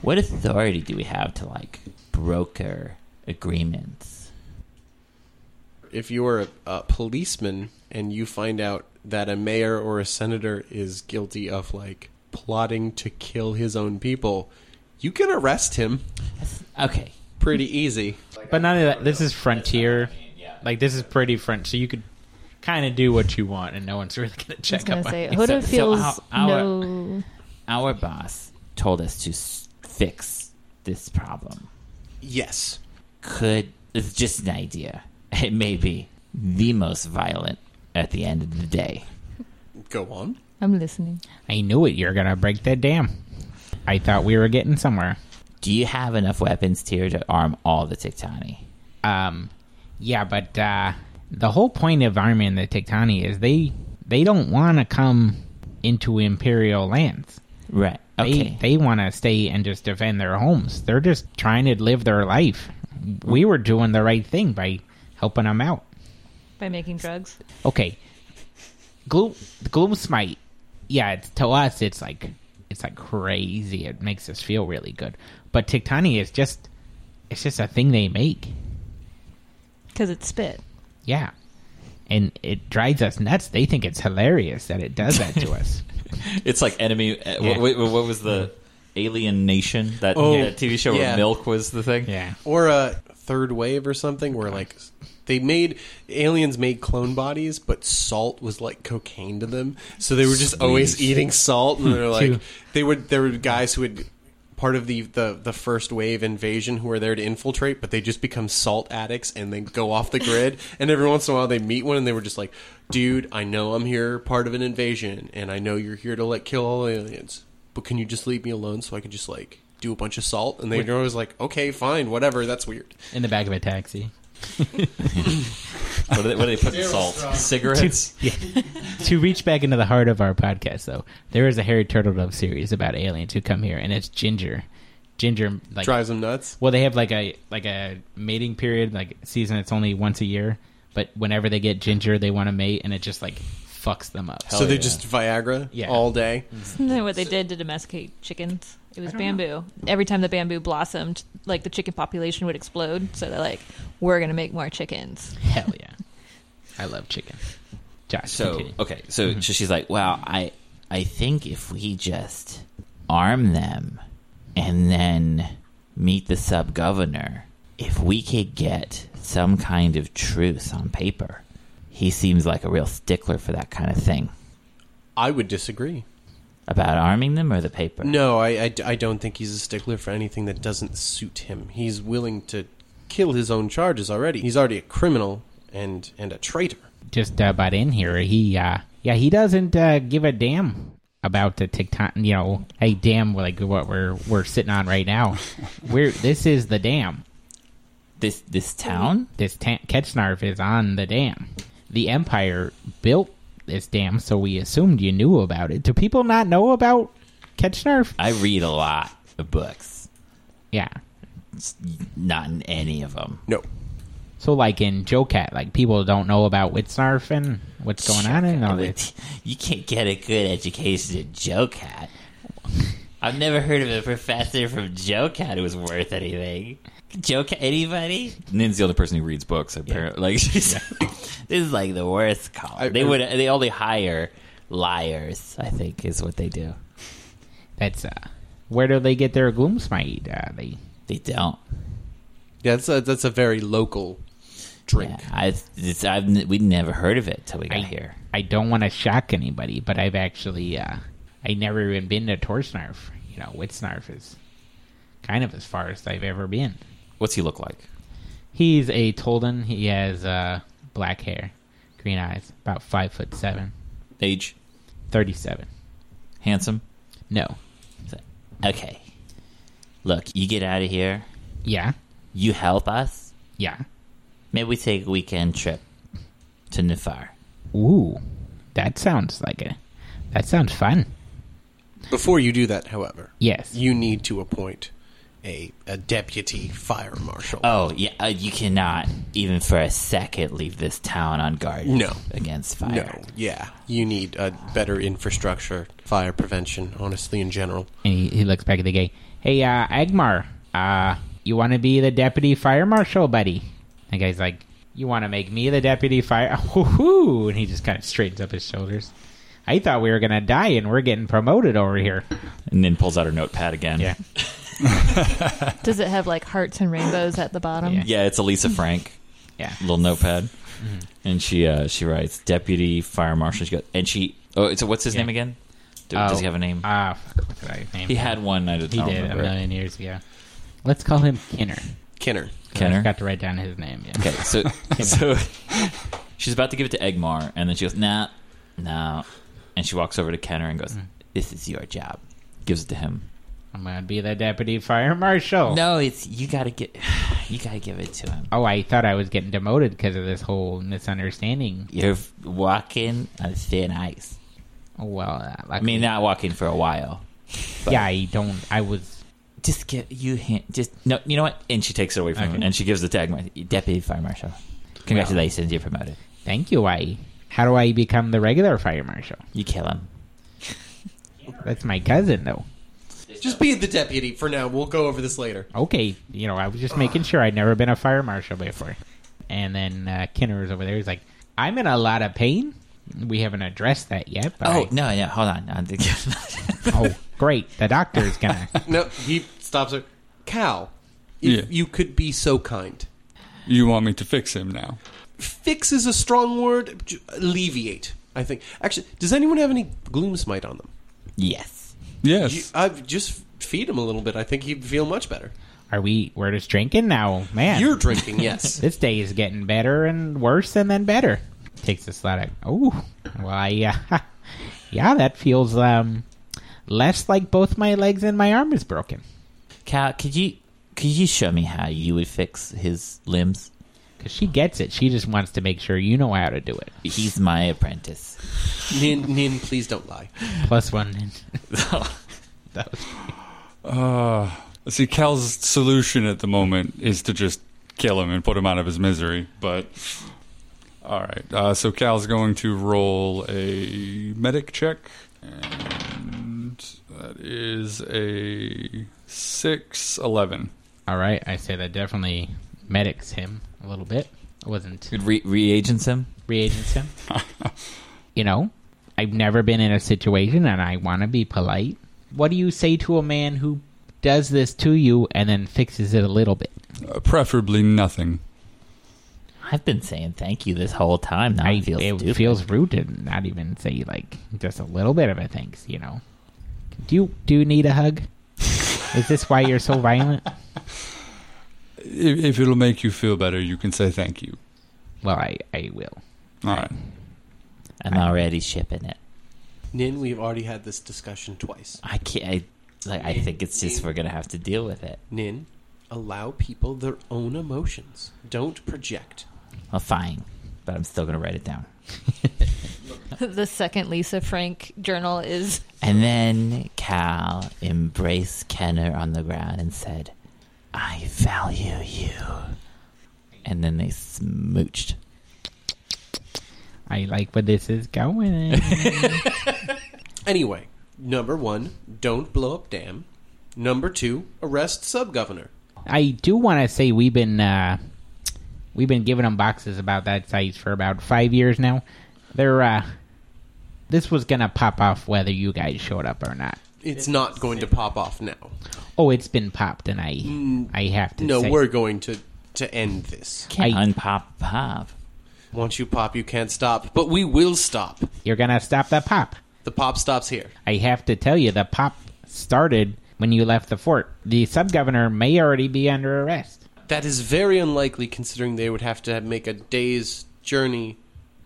Speaker 3: What authority do we have to like broker agreements? [LAUGHS]
Speaker 7: If you're a, a policeman and you find out that a mayor or a senator is guilty of like plotting to kill his own people, you can arrest him.
Speaker 3: Okay.
Speaker 7: Pretty easy.
Speaker 1: But none of that. This is frontier. Like this is pretty front. So you could kind of do what you want, and no one's [LAUGHS] really gonna
Speaker 10: I was
Speaker 1: check
Speaker 10: going
Speaker 1: up
Speaker 10: to say,
Speaker 1: on you. uh,
Speaker 10: Hoda feels
Speaker 3: our- our-
Speaker 10: no.
Speaker 3: Our boss told us to s- fix this problem.
Speaker 7: Yes.
Speaker 3: Could it's just an idea? It may be the most violent at the end of the day.
Speaker 7: Go on.
Speaker 10: I'm listening.
Speaker 1: I knew it. You're gonna break that dam. I thought we were getting somewhere.
Speaker 3: Do you have enough weapons here to arm all the Tiktani?
Speaker 1: Um, yeah, but uh, the whole point of Army and the Tiktani is they they don't want to come into Imperial lands.
Speaker 3: Right. Okay.
Speaker 1: They, they want to stay and just defend their homes. They're just trying to live their life. We were doing the right thing by helping them out.
Speaker 2: by making drugs.
Speaker 1: Okay. Gloom Gloom Smite. Yeah, it's, to us it's like it's like crazy. It makes us feel really good. But Tiktani is just it's just a thing they make.
Speaker 2: Because it's spit.
Speaker 1: Yeah. And it drives us nuts. They think it's hilarious that it does that to us.
Speaker 4: It's like enemy. uh,
Speaker 1: Yeah.
Speaker 4: What, what- what was the Alien Nation? That,
Speaker 7: Oh,
Speaker 4: that TV show
Speaker 7: yeah.
Speaker 4: where milk was the thing.
Speaker 1: Yeah.
Speaker 7: or a third wave or something where like they made aliens made clone bodies but salt was like cocaine to them so they were just always
Speaker 1: Sweet.
Speaker 7: eating salt and they're
Speaker 1: Two.
Speaker 7: like they would there were guys who would part of the, the the first wave invasion who were there to infiltrate but they just become salt addicts and then go off the grid and every once in a while they meet one and they were just like dude i know i'm here part of an invasion and i know you're here to like kill all aliens but can you just leave me alone so i can just like do a bunch of salt and they
Speaker 1: Wait.
Speaker 7: were always like okay fine whatever that's weird
Speaker 1: In the back of a taxi.
Speaker 4: What do they, what do they put in
Speaker 7: Zero
Speaker 4: salt?
Speaker 7: strong.
Speaker 4: Cigarettes.
Speaker 1: Yeah. to reach back into the heart of our podcast, though, there is a Harry Turtledove series about aliens who come here, and it's Ginger. Ginger like
Speaker 7: [LAUGHS] drives them nuts.
Speaker 1: Well, they have like a like a mating period, like season. It's only once a year, but whenever they get Ginger, they want to mate, and it just like fucks them up.
Speaker 7: so they just Viagra
Speaker 1: Yeah.
Speaker 7: all day.
Speaker 4: Mm.
Speaker 2: Isn't that [LAUGHS] what they did to domesticate chickens? It was bamboo. Every time the bamboo blossomed, like the chicken population would explode. So they're like, we're going to make more chickens.
Speaker 1: hell yeah. I love chicken. Josh,
Speaker 4: So
Speaker 1: continue.
Speaker 4: okay, so
Speaker 3: Mm-hmm.
Speaker 4: so she's like,
Speaker 3: Well, I I think if we just arm them and then meet the sub governor, If we could get some kind of truce on paper, he seems like a real stickler for that kind of thing.
Speaker 7: I would disagree.
Speaker 3: About arming them or the paper?
Speaker 7: No, I, I, I don't think he's a stickler for anything that doesn't suit him. He's willing to kill his own charges already. He's already a criminal and, and a traitor.
Speaker 1: just about in here. He, uh, yeah, he doesn't uh, give a damn about the TikTok. You know, hey, damn, like what we're we're sitting on right now. we're this is the dam.
Speaker 3: This this town,
Speaker 1: this ta- Ketchnarf is on the dam. The Empire built this dam, so we assumed you knew about it. Do people not know about Ketchnarf?
Speaker 3: I read a lot of books.
Speaker 1: Yeah,
Speaker 3: It's not in any of them.
Speaker 7: No.
Speaker 1: So, like in Joe Cat, like people don't know about Whitsnarf and what's going on and all this.
Speaker 3: You can't get a good education at Joe Cat. I've never heard of a professor from Joe Cat who was worth anything. Joe Cat, anybody?
Speaker 4: Nin's the only person who reads books. Apparently, like [LAUGHS] she's
Speaker 3: This is like the worst call. they would. uh, They only hire liars. I think is what they do.
Speaker 1: That's uh, where do they get their gloomsmite? Uh, they
Speaker 3: they don't.
Speaker 7: Yeah, that's a, that's a very local drink.
Speaker 3: I it's, I've n- we'd never heard of it till we got
Speaker 1: I-
Speaker 3: here.
Speaker 1: I don't want to shock anybody, but I've actually uh, I never even been to Torsnarf. You know, Whitsnarf is kind of as far as I've ever been.
Speaker 4: What's he look like?
Speaker 1: He's a Tolden. He has uh, black hair, green eyes, about five foot seven,
Speaker 4: age
Speaker 1: thirty seven.
Speaker 4: Handsome?
Speaker 1: No.
Speaker 3: Okay. Look, you get out of here.
Speaker 1: Yeah.
Speaker 3: You help us.
Speaker 1: Yeah.
Speaker 3: Maybe we take a weekend trip to Nefar.
Speaker 1: Ooh, that sounds like a that sounds fun.
Speaker 7: Before you do that, however,
Speaker 1: Yes.
Speaker 7: you need to appoint a, a deputy fire marshal.
Speaker 3: Oh yeah, uh, you cannot even for a second leave this town unguarded.
Speaker 7: No.
Speaker 3: against fire.
Speaker 7: No, yeah, you need a better infrastructure, fire prevention, honestly, in general.
Speaker 1: And he, he looks back at the guy. Hey, uh, Agmar, uh, you want to be the deputy fire marshal, buddy? The guy's like, you want to make me the deputy fire? [LAUGHS] Woohoo! And he just kind of straightens up his shoulders. I thought we were gonna die, and we're getting promoted over here.
Speaker 4: And then pulls out her notepad again.
Speaker 3: [LAUGHS]
Speaker 1: Yeah,
Speaker 2: Does it have like hearts and rainbows at the bottom?
Speaker 4: Yeah, it's Elisa Frank.
Speaker 1: Yeah,
Speaker 4: little notepad, and she uh, she writes deputy fire marshal. She got and she. Oh, so what's his name again? Do, does he have a name?
Speaker 1: Ah, fuck, what did I name?
Speaker 4: Oh, He had one. I don't
Speaker 1: He did a
Speaker 4: remember it.
Speaker 1: million years ago. Let's call him Kinner.
Speaker 7: Kinner.
Speaker 1: I
Speaker 4: Kinner?
Speaker 1: forgot to write down his name. Yeah.
Speaker 4: Okay, [LAUGHS]
Speaker 1: [LAUGHS]
Speaker 4: so so she's about to give it to Egmar, and then she goes, "Nah, no," and she walks over to Kenner and goes, "This is your job." Gives it to him.
Speaker 1: I'm gonna be the deputy fire marshal.
Speaker 3: No, it's you gotta get [SIGHS] you gotta give it to him.
Speaker 1: Oh, I thought I was getting demoted because of this whole misunderstanding.
Speaker 3: You're walking on thin ice.
Speaker 1: Well, uh,
Speaker 3: I mean, not walking for a while. but-
Speaker 1: yeah, I don't. I was
Speaker 3: Just get you hand. Just no. You know what?
Speaker 4: And she takes it away from
Speaker 3: Okay.
Speaker 4: him, and she gives the tag deputy fire marshal.
Speaker 3: Congratulations, you're promoted.
Speaker 1: Thank you. I. How do I become the regular fire marshal?
Speaker 3: You kill him.
Speaker 1: That's my cousin, though.
Speaker 7: Just be the deputy for now. We'll go over this later.
Speaker 1: Okay, you know, I was just making sure I'd never been a fire marshal before. And then uh, Kinner was over there. He's like, "I'm in a lot of pain. We haven't addressed that yet." But
Speaker 3: Oh
Speaker 1: I-
Speaker 3: no, no. Hold on. I'm thinking-
Speaker 1: oh, great! The doctor's gonna.
Speaker 7: No, he stops her. Cal, if
Speaker 8: Yeah.
Speaker 7: you could be so kind.
Speaker 8: You want me to fix him now?
Speaker 7: Fix is a strong word. J- Alleviate, I think. Actually, does anyone have any gloomsmite on them?
Speaker 3: [LAUGHS] yes.
Speaker 8: Yes.
Speaker 7: You- I've just feed him a little bit. I think he'd feel much better.
Speaker 1: Are we? We're just drinking now, man.
Speaker 7: You're
Speaker 3: [LAUGHS]
Speaker 7: drinking, yes.
Speaker 1: this day is getting better and worse, and then better. Takes a slot. Oh, well, I, uh, [LAUGHS] yeah, that feels um less like both my legs and my arm is broken.
Speaker 3: Cal, could you could you show me how you would fix his limbs?
Speaker 1: Cause she gets it. She just wants to make sure you know how to do it.
Speaker 3: He's my apprentice.
Speaker 7: Nin, Nin, please don't lie.
Speaker 1: Plus one.
Speaker 8: Uh, see, Cal's solution at the moment is to just kill him and put him out of his misery. But all right, uh, so Cal's going to roll a medic check, and that is a six eleven.
Speaker 1: [LAUGHS] All right, I say that definitely medics him a little bit. It wasn't
Speaker 4: It re- reagents him.
Speaker 1: reagents [LAUGHS] him. you know, I've never been in a situation and I want to be polite. What do you say to a man who does this to you and then fixes it a little bit?
Speaker 8: Uh, preferably nothing.
Speaker 3: I've been saying thank you this whole time. Now I, feel
Speaker 1: it
Speaker 3: stupid.
Speaker 1: feels rude to not even say like just a little bit of a thanks. You know, do you do you need a hug? Is this why you're
Speaker 3: [LAUGHS]
Speaker 1: so violent?
Speaker 8: If, if it'll make you feel better, you can say thank you.
Speaker 1: Well, I, I will.
Speaker 8: All right.
Speaker 3: I'm already shipping it.
Speaker 7: Nin, we've already had this discussion twice.
Speaker 3: I can't. I, like, I think it's just we're gonna have to deal with it.
Speaker 7: Nin, allow people their own emotions. Don't project.
Speaker 3: Well, fine, but I'm still gonna write it down.
Speaker 2: [LAUGHS]
Speaker 3: [LAUGHS]
Speaker 2: the second Lisa Frank journal is
Speaker 3: And then Cal embraced Kenner on the ground and said, "I value you." And then they smooched.
Speaker 1: I like where this is going.
Speaker 7: Anyway, number one, don't blow up dam. Number two, arrest sub governor.
Speaker 1: I do want to say we've been uh, we've been giving them boxes about that size for about five years now. They're uh, this was gonna pop off whether you guys showed
Speaker 3: [LAUGHS]
Speaker 1: up or not.
Speaker 7: It's not going to pop off now. Mm,
Speaker 1: Oh, it's been popped, and I I have to.
Speaker 7: No,
Speaker 1: say-
Speaker 7: we're going to to end this.
Speaker 1: Can't I-
Speaker 3: unpop pop.
Speaker 7: Once you pop, you can't stop. But we will stop.
Speaker 1: You're gonna stop that pop.
Speaker 7: The pop stops here.
Speaker 1: I have to tell you, the pop started when you left the fort. The sub governor may already be under arrest.
Speaker 7: That is very unlikely, considering they would have to make a day's journey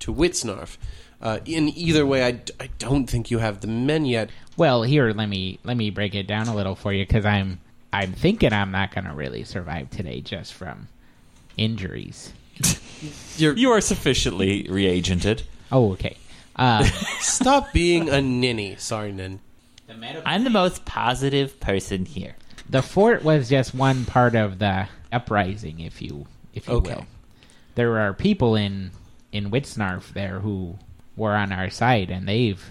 Speaker 7: to Witsnarf. Uh, in either way, I, d- I don't think you have the men yet.
Speaker 1: Well, here let me let me break it down a little for you because I'm I'm thinking I'm not gonna really survive today just from injuries.
Speaker 7: You're,
Speaker 4: you are sufficiently reagented.
Speaker 1: Oh, okay. Uh,
Speaker 7: Stop being a ninny. Sorry, Nin.
Speaker 3: I'm the most positive person here.
Speaker 1: the fort was just one part of the uprising, if you if you
Speaker 3: Okay.
Speaker 1: will. There are people in in Witsnarf there who were on our side, and they've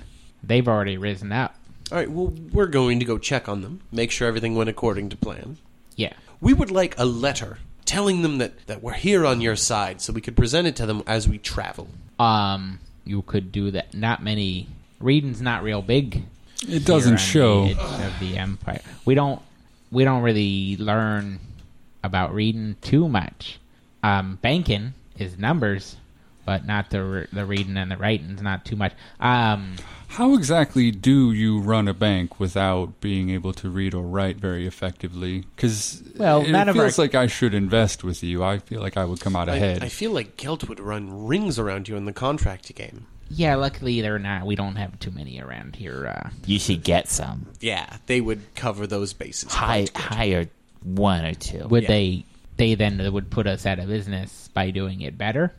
Speaker 1: they've already risen up.
Speaker 7: All right, well, we're going to go check on them, make sure everything went according to plan.
Speaker 1: Yeah.
Speaker 7: We would like a letter telling them that, that we're here on your side so we could present it to them as we travel.
Speaker 1: Um, you could do that. Not many. Reading's not real big. here
Speaker 8: It doesn't
Speaker 1: on
Speaker 8: show.
Speaker 1: the edge of the empire. We don't. We don't really learn about reading too much. Um, banking is numbers, but not the re- the reading and the writing's not too much. Um,
Speaker 8: How exactly do you run a bank without being able to read or write very effectively? Because
Speaker 1: Well,
Speaker 8: it
Speaker 1: none of
Speaker 8: feels
Speaker 1: our-
Speaker 8: like I should invest with you. I feel like I would come out
Speaker 7: I,
Speaker 8: ahead.
Speaker 7: I feel like Gelt would run rings around you in the contract game.
Speaker 1: yeah, luckily they're not. We don't have too many around here. Uh,
Speaker 3: You should get some.
Speaker 7: Yeah, they would cover those bases.
Speaker 3: Hi, hire one or two.
Speaker 1: would they? They then would put us out of business by doing it better.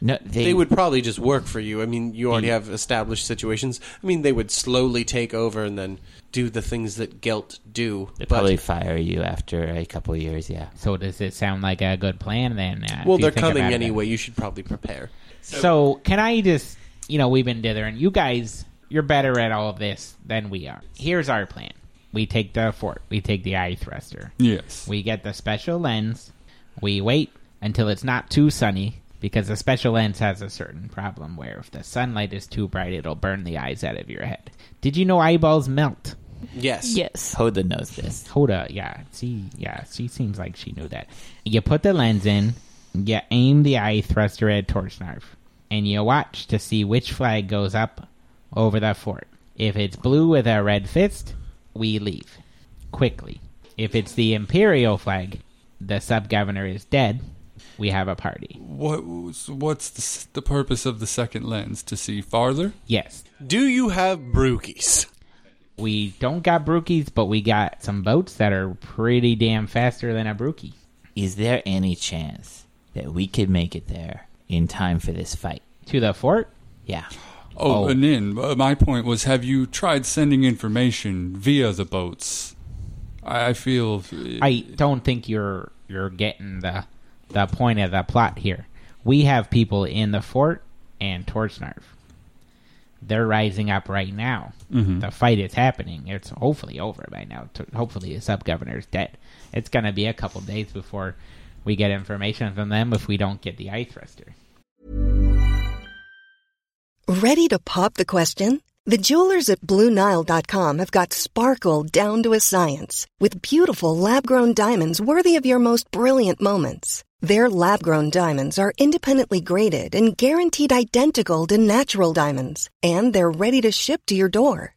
Speaker 3: No,
Speaker 7: They, would probably just work for you. I mean, you already have established situations. I mean, they would slowly take over and then do the things that Gelt do.
Speaker 3: They'd
Speaker 7: but-
Speaker 3: probably fire you after a couple of years. Yeah.
Speaker 1: So does it sound like a good plan then? Uh, if
Speaker 7: well,
Speaker 1: you
Speaker 7: they're
Speaker 1: think
Speaker 7: coming
Speaker 1: about it?
Speaker 7: anyway. You should probably prepare.
Speaker 1: So can I just, you know, we've been dithering. You guys, you're better at all of this than we are. Here's our plan: we take the fort, we take the eye thruster.
Speaker 8: Yes.
Speaker 1: We get the special lens. We wait until it's not too sunny because the special lens has a certain problem where if the sunlight is too bright, it'll burn the eyes out of your head. Did you know eyeballs melt?
Speaker 7: Yes.
Speaker 2: Yes.
Speaker 3: Hoda knows this.
Speaker 1: Hoda, yeah, she, yeah, she seems like she knew that. You put the lens in, you aim the eye thruster at Torchknife, and you watch to see which flag goes up over the fort. If it's blue with a red fist, we leave quickly. If it's the Imperial flag, the sub governor is dead. We have a party.
Speaker 8: What was- what's the, s- the purpose of the second lens to see farther?
Speaker 1: Yes,
Speaker 7: Do you have brookies?
Speaker 1: we don't got brookies, but we got some boats that are pretty damn faster than a brookie.
Speaker 3: Is there any chance that we could make it there in time for this fight?
Speaker 1: To the fort?
Speaker 3: Yeah.
Speaker 8: Oh,
Speaker 3: Oh.
Speaker 8: and then uh, my point was: Have you tried sending information via the boats? I, I feel uh,
Speaker 1: I don't think you're you're getting the the point of the plot here. We have people in the fort and Torchnarv. They're rising up right now.
Speaker 3: Mm-hmm.
Speaker 8: Mhm.
Speaker 1: The fight is happening. It's hopefully over by now. To- Hopefully, the sub governor's dead. It's going to be a couple days before we get information from them if we don't get the eye thruster.
Speaker 11: Ready to pop the question? The jewelers at BlueNile.com have got sparkle down to a science with beautiful lab grown diamonds worthy of your most brilliant moments. Their lab grown diamonds are independently graded and guaranteed identical to natural diamonds, and they're ready to ship to your door.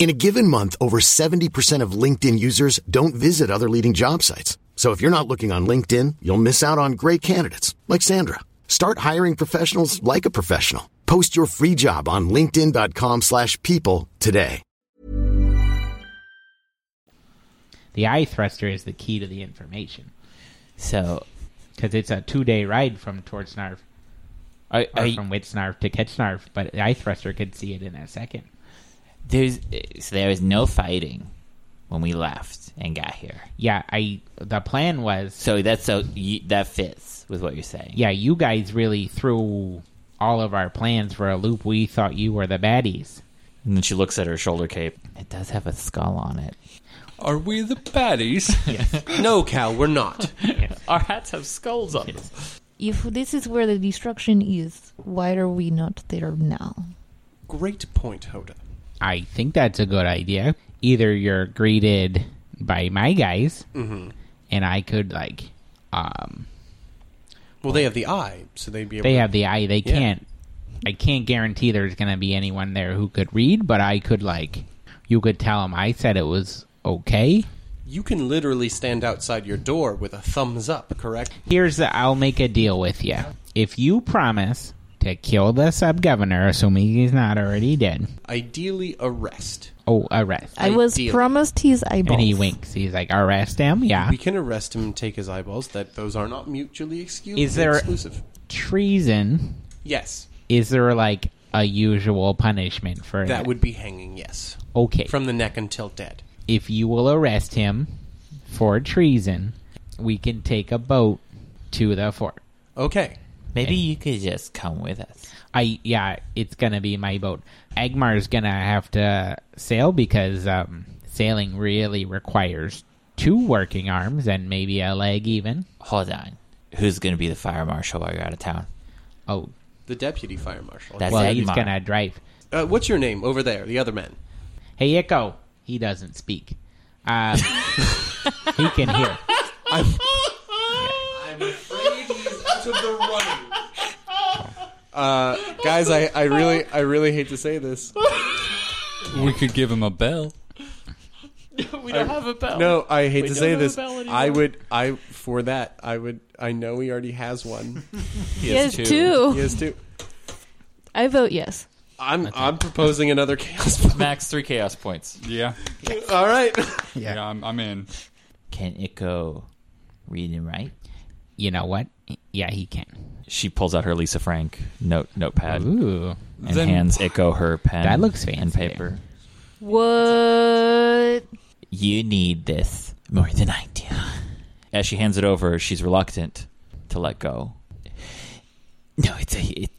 Speaker 12: In a given month, over 70% of LinkedIn users don't visit other leading job sites. So if you're not looking on LinkedIn, you'll miss out on great candidates like Sandra. Start hiring professionals like a professional. Post your free job on linkedin.com/people slash people today.
Speaker 1: The eye thruster is the key to the information. So, because it's a two-day ride from toward Snarf,
Speaker 3: Are-
Speaker 1: or
Speaker 3: are you-
Speaker 1: from Snarf to catch Snarf, but the eye thruster could see it in a second.
Speaker 3: There's so there was no fighting when we left and got here.
Speaker 1: Yeah, I the plan was
Speaker 3: so that's so you, that fits with what you're saying.
Speaker 1: Yeah, you guys really threw all of our plans for a loop. We thought you were the baddies.
Speaker 4: And then she looks at her shoulder cape.
Speaker 3: It does have a skull on it.
Speaker 8: Are we
Speaker 4: [LAUGHS]
Speaker 8: the baddies?
Speaker 7: [GASPS] No, Cal, we're not.
Speaker 4: Our hats have skulls on them.
Speaker 10: If this is where the destruction is, why are we not there now?
Speaker 7: Great point, Hoda.
Speaker 1: I think that's a good idea. Either you're greeted by my guys,
Speaker 7: Mhm.
Speaker 1: and I could like, um,
Speaker 7: Well, they have the eye, so they'd be able
Speaker 1: they
Speaker 7: to-
Speaker 1: have the eye. They
Speaker 7: Yeah.
Speaker 1: can't. I can't guarantee there's going to be anyone there who could read, but I could like, you could tell them I said it was okay.
Speaker 7: You can literally stand outside your door with a thumbs up, correct?
Speaker 1: Here's the I'll make a deal with you. If you promise to kill the sub governor, assuming he's not already dead.
Speaker 7: Ideally, arrest.
Speaker 1: Oh, arrest!
Speaker 10: I was
Speaker 7: Ideally.
Speaker 10: promised his eyeballs.
Speaker 1: And he winks. He's like, arrest him. Yeah.
Speaker 7: We can arrest him and take his eyeballs. That those are not mutually excuse-
Speaker 1: Is there
Speaker 7: exclusive.
Speaker 1: treason?
Speaker 7: Yes.
Speaker 1: Is there like a usual punishment for
Speaker 7: That would be hanging, yes.
Speaker 1: Okay.
Speaker 7: From the neck until dead.
Speaker 1: If you will arrest him for treason, we can take a boat to the fort.
Speaker 7: Okay.
Speaker 3: Maybe you could just come with us.
Speaker 1: I yeah, it's gonna be my boat. Agmar's gonna have to sail because um, sailing really requires two working arms and maybe a leg even.
Speaker 3: Hold on. Who's going to be the fire marshal while you're out of town?
Speaker 1: Oh,
Speaker 7: The deputy fire marshal.
Speaker 1: well, he's gonna drive.
Speaker 7: Uh, what's your name over there? The other man.
Speaker 1: Hey, Echo. He doesn't speak. Um, he can hear.
Speaker 7: I'm afraid he's out of the running. Uh, guys, I, I really I really hate to say this.
Speaker 8: We could give him a bell.
Speaker 4: we don't have a bell.
Speaker 7: No, I hate
Speaker 4: We
Speaker 7: to
Speaker 4: don't
Speaker 7: say
Speaker 4: have a
Speaker 7: this.
Speaker 4: bell anymore.
Speaker 7: I would I for that I would I know he already has one.
Speaker 2: He has has two. two.
Speaker 7: He has two.
Speaker 2: I vote yes.
Speaker 7: I'm I'm proposing another chaos.
Speaker 4: [LAUGHS] Max three chaos points.
Speaker 8: Yeah.
Speaker 7: All right.
Speaker 8: Yeah, I'm, I'm in.
Speaker 3: Can Ico read and write?
Speaker 1: You know what? Yeah, he can.
Speaker 4: She pulls out her Lisa Frank note notepad
Speaker 1: Ooh.
Speaker 4: and
Speaker 1: Then-
Speaker 4: hands Ico her pen.
Speaker 1: That looks
Speaker 4: and paper.
Speaker 2: What?
Speaker 3: You need this more than I do.
Speaker 4: As she hands it over, she's reluctant to let go.
Speaker 3: No, it's a, it,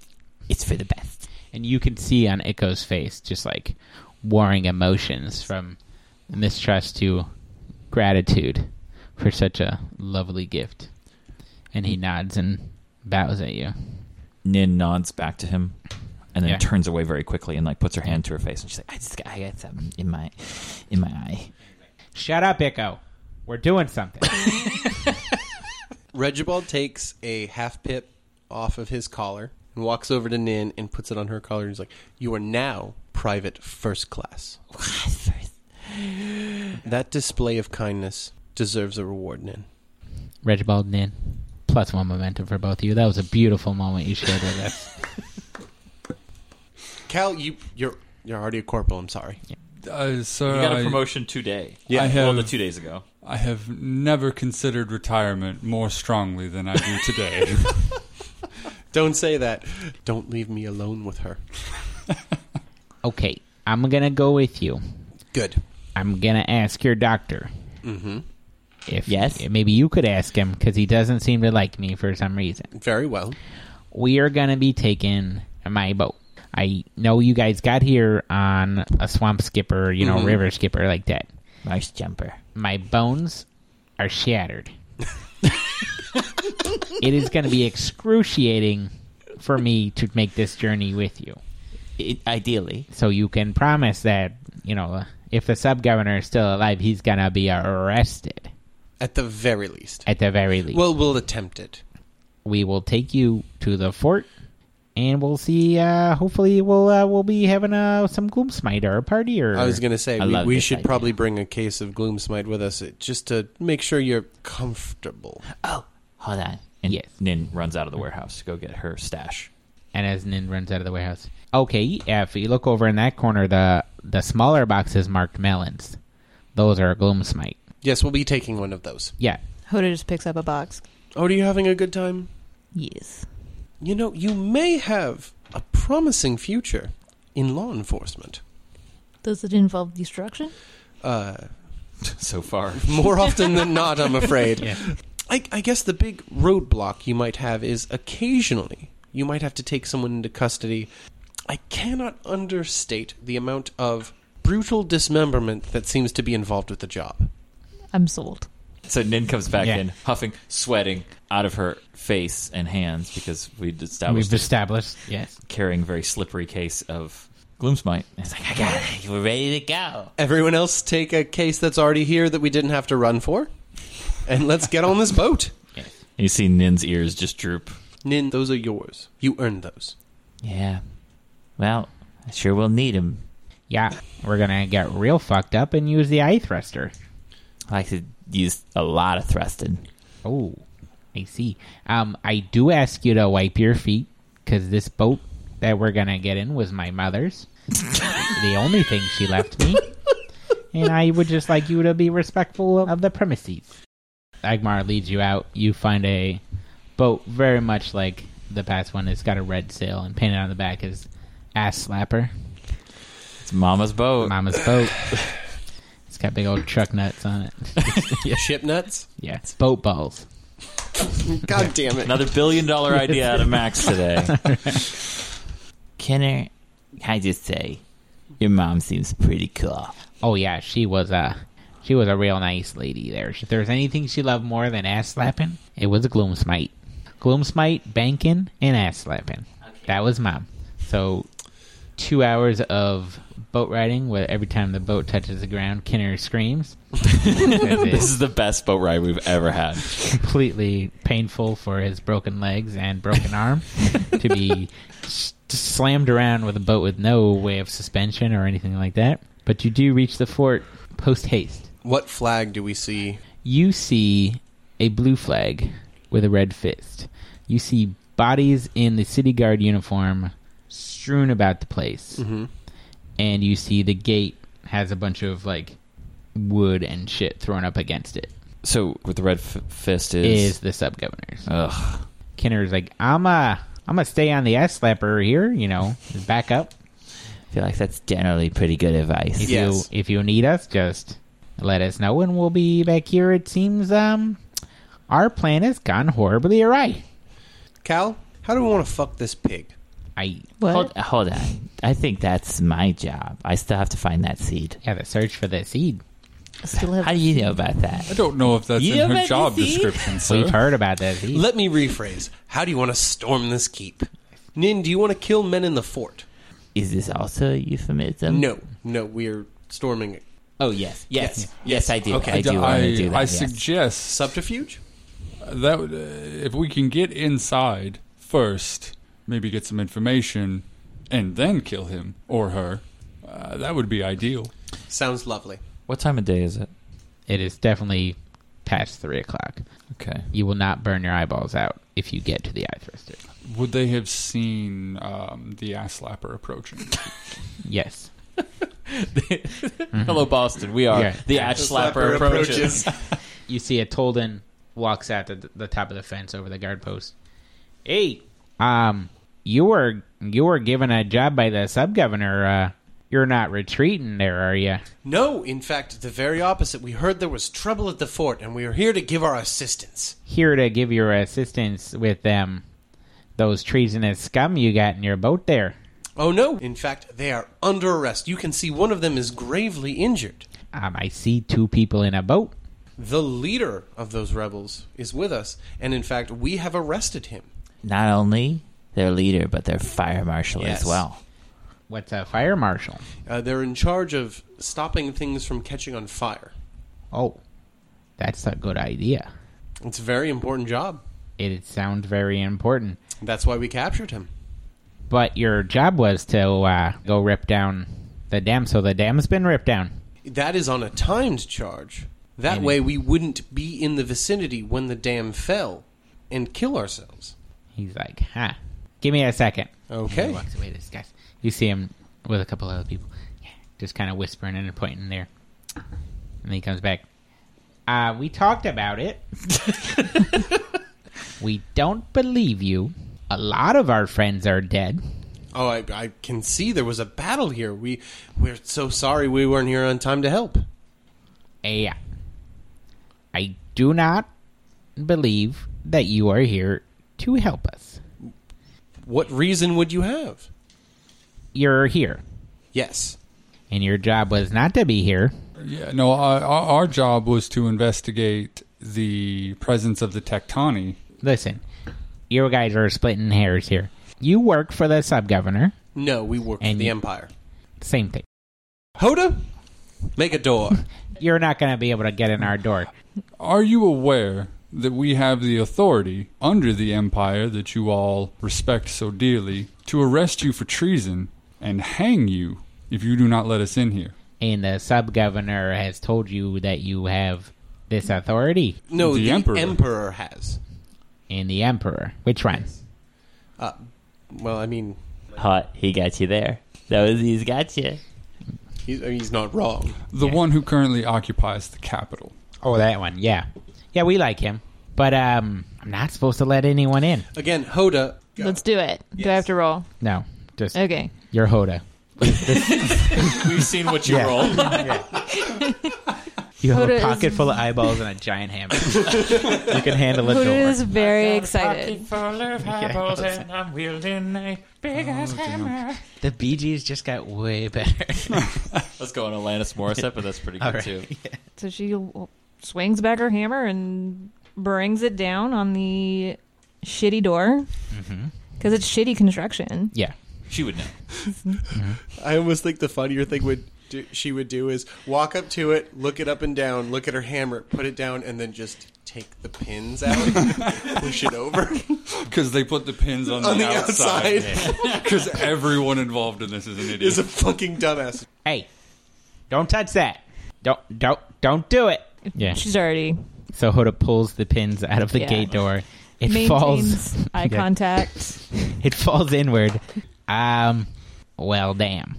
Speaker 3: it's for the best.
Speaker 1: And you can see on Echo's face just like warring emotions from mistrust to gratitude for such a lovely gift. And he nods and bows at you.
Speaker 4: Nin nods back to him and then
Speaker 1: Yeah.
Speaker 4: turns away very quickly and like puts her hand to her face and she's like,
Speaker 3: I just got, I got something in my in my eye.
Speaker 1: Shut up, Echo. We're doing
Speaker 4: [LAUGHS]
Speaker 1: something.
Speaker 7: Regibald takes a half pip off of his collar and walks over to Nin and puts it on her collar. He's like, "You are now private first [LAUGHS] class." That display of kindness deserves a reward, Nin.
Speaker 1: Regibald Nin. Plus one momentum for both of you. That was a beautiful moment you shared with us.
Speaker 7: Cal, you you're you're already a corporal. I'm sorry.
Speaker 8: Uh, so
Speaker 4: You got a
Speaker 8: I-
Speaker 4: promotion today.
Speaker 8: I have,
Speaker 4: Well, the two days ago.
Speaker 8: I have never considered retirement more strongly than I do today. [LAUGHS]
Speaker 7: Don't say that. Don't leave me alone with her.
Speaker 1: Okay, I'm gonna go with you.
Speaker 7: Good.
Speaker 1: I'm gonna ask your doctor
Speaker 7: Mm-hmm.
Speaker 1: if yes. Maybe you could ask him because he doesn't seem to like me for some reason.
Speaker 7: Very well.
Speaker 1: We are gonna be taking my boat. I know you guys got here on a swamp skipper, you know,
Speaker 3: Mhm.
Speaker 1: river skipper like that.
Speaker 3: Nice jumper.
Speaker 1: My bones are
Speaker 7: [LAUGHS]
Speaker 1: shattered. it is going to be excruciating for me to make this journey with you.
Speaker 3: ideally.
Speaker 1: So you can promise that, you know, if the sub governor is still alive, he's going to be arrested.
Speaker 7: At the very least.
Speaker 1: At the very least.
Speaker 7: Well, we'll attempt it.
Speaker 1: We will take you to the fort and we'll see. Uh, hopefully, we'll uh, we'll be having uh, some Gloomsmite or a party or.
Speaker 7: I was going to say, we, we should probably bring a case of Gloomsmite with us uh, just to make sure you're comfortable.
Speaker 3: Oh, hold on.
Speaker 1: And yes.
Speaker 4: Nin runs out of the warehouse to go get her stash.
Speaker 1: And as Nin runs out of the warehouse. Okay, yeah, if you look over in that corner, the the smaller boxes marked melons. Those are Gloomsmite.
Speaker 7: Yes, we'll be taking one of those.
Speaker 1: Yeah.
Speaker 10: Hoda just picks up a box.
Speaker 7: Oh, are you having a good time?
Speaker 10: Yes.
Speaker 7: You know, you may have a promising future in law enforcement.
Speaker 10: Does it involve destruction?
Speaker 7: Uh,
Speaker 4: so far.
Speaker 7: [LAUGHS] More often than not, I'm afraid.
Speaker 4: Yeah.
Speaker 7: I, I guess the big roadblock you might have is occasionally you might have to take someone into custody. I cannot understate the amount of brutal dismemberment that seems to be involved with the job.
Speaker 10: I'm sold.
Speaker 4: So Nin comes back
Speaker 7: Yeah.
Speaker 4: in, huffing, sweating out of her face and hands because we'd established
Speaker 1: We've established, yes.
Speaker 4: carrying a very slippery case of gloomsmite. And it's like, I got it.
Speaker 3: You [LAUGHS] were ready to go.
Speaker 7: Everyone else take a case that's already here that we didn't have to run for, and let's get on this boat.
Speaker 4: You see Nin's ears just droop.
Speaker 7: Nin, those are yours. You earned those.
Speaker 3: Yeah. Well, I sure will need him.
Speaker 1: Yeah, we're gonna get real fucked up and use the eye thruster.
Speaker 3: I like to use a lot of thrusting.
Speaker 1: Oh, I see. Um, I do ask you to wipe your feet because this boat that we're gonna get in was my mother's. the only thing she left me, and I would just like you to be respectful of the premises. Agmar leads you out. You find a boat very much like the past one. It's got a red sail and painted on the back is ass slapper.
Speaker 4: It's Mama's boat.
Speaker 1: Mama's boat. it's got big old truck nuts on it.
Speaker 7: Ship nuts?
Speaker 1: Yeah, it's boat balls.
Speaker 7: God damn it.
Speaker 4: Another
Speaker 1: [LAUGHS]
Speaker 4: billion dollar idea out of Max today.
Speaker 3: Kenner, I just say, your mom seems pretty cool.
Speaker 1: Oh yeah, she was a she was a real nice lady there. If there was anything she loved more than ass slapping, it was a gloom smite. Gloom smite, banking, and ass slapping. That was mom. So two hours of boat riding where every time the boat touches the ground, Kinner
Speaker 4: [LAUGHS]
Speaker 1: screams.
Speaker 4: this is the best boat ride we've ever had.
Speaker 1: completely painful for his broken legs and broken arm to be s- slammed around with a boat with no way of suspension or anything like that. But you do reach the fort post haste.
Speaker 7: What flag do we see?
Speaker 1: You see a blue flag with a red fist. You see bodies in the city guard uniform strewn about the place.
Speaker 7: Mhm.
Speaker 1: And you see the gate has a bunch of like wood and shit thrown up against it.
Speaker 4: [LAUGHS] So with the red f- fist is
Speaker 1: Is the sub governors.
Speaker 4: Ugh.
Speaker 1: Kinner's like, I'm a, I'm gonna stay on the ass slapper here. You know, back up.
Speaker 3: I feel like that's generally pretty good advice.
Speaker 1: If you if you need us, just let us know, and we'll be back here. It seems um, our plan has gone horribly awry.
Speaker 7: Cal, how do we want to fuck this pig?
Speaker 1: I
Speaker 10: What?
Speaker 3: Hold, hold on. I think that's my job. I still have to find that seed.
Speaker 1: Yeah, the search for that seed.
Speaker 10: Still have
Speaker 3: How do you know about that?
Speaker 8: I don't know if that's
Speaker 3: You know
Speaker 8: in her
Speaker 3: about
Speaker 8: job
Speaker 3: this, Eve?
Speaker 8: description, sir.
Speaker 1: We've heard about that.
Speaker 7: Let me rephrase. How do you want to storm this keep? Nin, do you want to kill men in the fort?
Speaker 3: Is this also a euphemism?
Speaker 7: No, no, we're storming it.
Speaker 3: Oh, yes, yes, yes, I do. I do
Speaker 8: I,
Speaker 3: want to do that.
Speaker 8: I
Speaker 3: yes.
Speaker 8: suggest
Speaker 7: subterfuge.
Speaker 8: That would, uh, if we can get inside first, maybe get some information, and then kill him or her, uh, that would be ideal.
Speaker 7: Sounds lovely.
Speaker 4: What time of day is it?
Speaker 1: It is definitely past three o'clock.
Speaker 4: Okay.
Speaker 1: You will not burn your eyeballs out if you get to the eye thruster.
Speaker 8: Would they have seen um, the ass slapper approaching? [LAUGHS]
Speaker 1: Yes.
Speaker 4: Hello, Boston. We are
Speaker 1: Yeah.
Speaker 4: the Ash Slapper approaches. [LAUGHS]
Speaker 1: you see a Tolden walks out to the top of the fence over the guard post. Hey, um, you were you were given a job by the sub governor. Uh, You're not retreating there, are you?
Speaker 7: [LAUGHS] No, in fact, the very opposite. We heard there was trouble at the fort, and we are here to give our assistance.
Speaker 1: Here to give your assistance with them, those treasonous scum you got in your boat there.
Speaker 7: Oh no, in fact, they are under arrest. You can see one of them is gravely injured.
Speaker 1: Um, I see two people in a boat.
Speaker 7: The leader of those rebels is with us, and in fact, we have arrested him.
Speaker 3: Not only their leader, but their fire marshal
Speaker 7: Yes.
Speaker 3: as well.
Speaker 1: What's a fire marshal?
Speaker 7: Uh, they're in charge of stopping things from catching on fire.
Speaker 1: Oh, that's a good idea.
Speaker 7: It's a very important job.
Speaker 1: It sounds very important.
Speaker 7: That's why we captured him.
Speaker 1: But your job was to uh, go rip down the dam, so the dam's been ripped down.
Speaker 7: That is on a timed charge. That
Speaker 1: And-
Speaker 7: way, we wouldn't be in the vicinity when the dam fell and kill ourselves.
Speaker 1: He's like, huh. Give me a second.
Speaker 7: Okay.
Speaker 1: And he walks away. This guy's. You see him with a couple other people, just kind of whispering and pointing there. And he comes back. Uh, we talked about it. we don't believe you. A lot of our friends are dead.
Speaker 7: Oh, I, I can see there was a battle here. We we're so sorry we weren't here on time to help.
Speaker 1: Yeah. I do not believe that you are here to help us.
Speaker 7: What reason would you have?
Speaker 1: You're here.
Speaker 7: Yes.
Speaker 1: And your job was not to be here.
Speaker 8: Yeah, no, our, our our job was to investigate the presence of the Tectani.
Speaker 1: Listen, you guys are splitting hairs here. You work for the sub governor.
Speaker 7: No, we work for
Speaker 1: And
Speaker 7: the
Speaker 1: you-
Speaker 7: Empire.
Speaker 1: Same thing.
Speaker 7: Hoda, make a door.
Speaker 1: You're not going to be able to get in our door.
Speaker 8: Are you aware that we have the authority under the Empire that you all respect so dearly to arrest you for treason and hang you if you do not let us in here?
Speaker 1: And the sub governor has told you that you have this authority.
Speaker 7: No, the, emperor. has.
Speaker 1: And the emperor. Which one?
Speaker 7: Uh, well, I mean,
Speaker 3: Hot, he got you there. That was he's got you.
Speaker 7: he's, he's not wrong.
Speaker 8: The one who currently occupies the capital.
Speaker 1: Oh, that one. Yeah. Yeah, we like him. But um, I'm not supposed to let anyone in.
Speaker 7: Again, Hoda.
Speaker 2: Let's do it. Do I have to roll?
Speaker 1: No. Just
Speaker 2: Okay.
Speaker 1: You're Hoda.
Speaker 4: [LAUGHS] We've seen what
Speaker 1: you Yeah.
Speaker 4: roll.
Speaker 1: You have
Speaker 2: Hoda
Speaker 1: a
Speaker 2: is-
Speaker 1: pocket full of eyeballs and a giant
Speaker 2: [LAUGHS]
Speaker 1: hammer. you can handle a
Speaker 2: Hoda
Speaker 1: door.
Speaker 2: is very excited.
Speaker 1: [LAUGHS]
Speaker 4: I'm wielding a big ass hammer.
Speaker 1: Oh, The Bee Gees just got way better.
Speaker 4: [LAUGHS] Let's go on Alanis Morissette, but that's pretty
Speaker 1: All
Speaker 4: good
Speaker 1: right.
Speaker 4: too.
Speaker 2: So she w- swings back her hammer and brings it down on the shitty door
Speaker 4: Mhm.
Speaker 2: because it's shitty construction.
Speaker 1: Yeah.
Speaker 4: She would know.
Speaker 7: I almost think the funnier thing would do, she would do is walk up to it, look it up and down, look at her hammer, put it down, and then just take the pins out, [LAUGHS] push it over. [LAUGHS]
Speaker 8: Because they put the pins on,
Speaker 7: On
Speaker 8: the,
Speaker 7: the
Speaker 8: outside. [LAUGHS]
Speaker 7: outside.
Speaker 8: Because everyone involved in this is an idiot.
Speaker 7: Is a fucking dumbass.
Speaker 1: Hey, don't touch that. Don't don't don't do it. Yeah.
Speaker 2: She's already
Speaker 1: So Hoda pulls the pins out of the
Speaker 2: Yeah.
Speaker 1: gate door. It
Speaker 2: maintains
Speaker 1: falls. [LAUGHS]
Speaker 2: eye
Speaker 1: Yeah.
Speaker 2: contact.
Speaker 1: It falls inward. Um. Well, damn.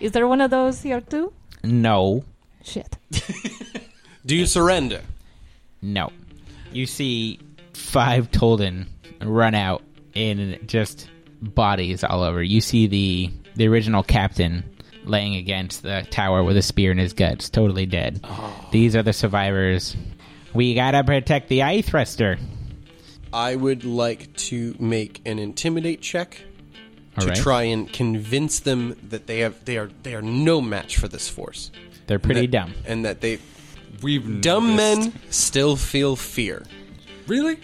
Speaker 2: Is there one of those here too?
Speaker 1: No.
Speaker 2: Shit.
Speaker 7: Do you surrender?
Speaker 1: No. You see five Tolden run out and just bodies all over. You see the the original captain laying against the tower with a spear in his guts, totally dead.
Speaker 7: Oh.
Speaker 1: These are the survivors. We gotta protect the eye thruster.
Speaker 7: I would like to make an intimidate check to
Speaker 1: Alright.
Speaker 7: try and convince them that they have they are they are no match for this force.
Speaker 1: They're pretty
Speaker 7: that-
Speaker 1: dumb.
Speaker 7: and that they
Speaker 8: We've
Speaker 7: dumb
Speaker 8: noticed.
Speaker 7: men still feel fear.
Speaker 8: Really?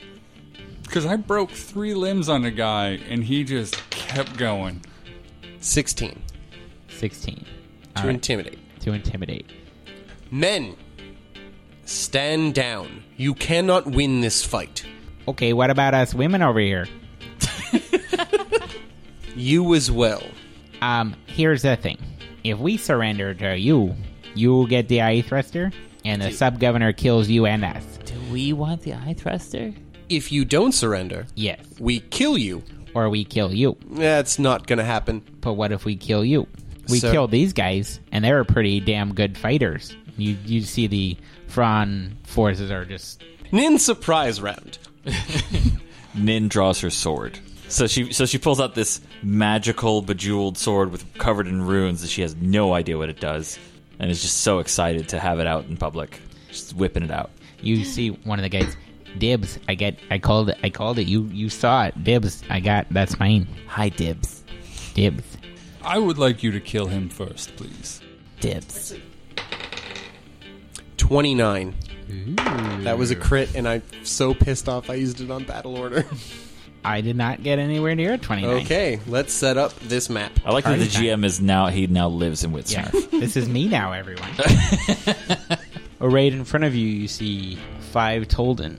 Speaker 8: Because I broke three limbs on a guy and he just kept going.
Speaker 7: 16
Speaker 1: Sixteen.
Speaker 7: to
Speaker 1: All right.
Speaker 7: intimidate.
Speaker 1: To intimidate.
Speaker 7: Men, stand down. You cannot win this fight.
Speaker 1: Okay, what about us women over here?
Speaker 7: you as well.
Speaker 1: Um, here's the thing. If we surrender to you, you get the eye thruster, and the sub governor kills you and us.
Speaker 3: Do we want the eye thruster?
Speaker 7: If you don't surrender,
Speaker 1: yes,
Speaker 7: we kill you.
Speaker 1: Or we kill you.
Speaker 7: That's not going to happen.
Speaker 1: But what if we kill you? We
Speaker 7: So-
Speaker 1: killed these guys, and they were pretty damn good fighters. You you see the Fron forces are just
Speaker 7: Nin surprise round.
Speaker 4: Nin draws her sword. So she so she pulls out this magical bejeweled sword with covered in runes that she has no idea what it does, and is just so excited to have it out in public, just whipping it out.
Speaker 1: You see one of the guys, Dibs. I get. I called it. I called it. You you saw it, Dibs. I got. That's mine. Hi, Dibs. Dibs.
Speaker 8: I would like you to kill him first, please.
Speaker 1: Dibs.
Speaker 7: 29. That was a crit, and I'm so pissed off I used it on battle order. [LAUGHS]
Speaker 1: I did not get anywhere near 29.
Speaker 7: Okay, let's set up this map.
Speaker 4: I like that the GM is now he now lives in Whitsun.
Speaker 1: Yeah. [LAUGHS] this is me now, everyone. [LAUGHS] Arrayed in front of you, you see five Tolden.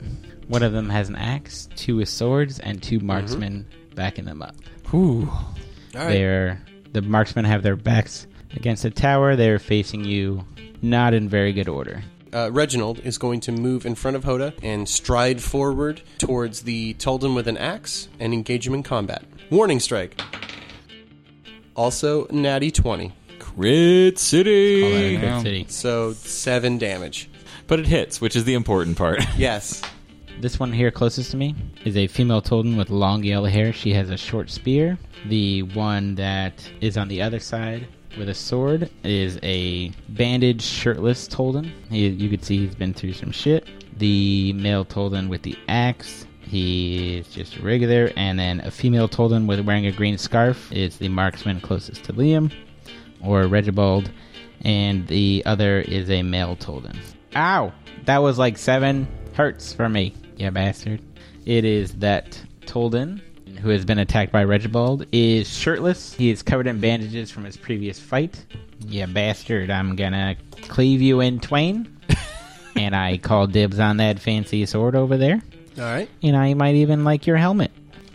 Speaker 1: One of them has an axe, two with swords, and two marksmen backing them up. Ooh.
Speaker 7: right.
Speaker 1: They're, the marksmen have their backs against a tower. They're facing you not in very good order.
Speaker 7: Uh, Reginald is going to move in front of Hoda and stride forward towards the Tolden with an axe and engage him in combat. Warning strike. Also, natty 20.
Speaker 4: Crit City.
Speaker 7: Call that a crit city. So, seven damage.
Speaker 4: But it hits, which is the important part. [LAUGHS]
Speaker 7: Yes.
Speaker 1: This one here closest to me is a female Tolden with long yellow hair. She has a short spear. The one that is on the other side with a sword is a bandaged, shirtless Tolden. He, you can see he's been through some shit. The male Tolden with the axe. He is just regular, and then a female Tolden with wearing a green scarf is the marksman closest to Liam, or Regibald, and the other is a male Tolden. Ow! That was like seven hurts for me, you bastard. It is that Tolden, who has been attacked by Regibald, is shirtless. He is covered in bandages from his previous fight. You bastard, I'm gonna cleave you in [LAUGHS] twain. and I call dibs on that fancy sword over there.
Speaker 7: All right.
Speaker 1: And I might even like your helmet.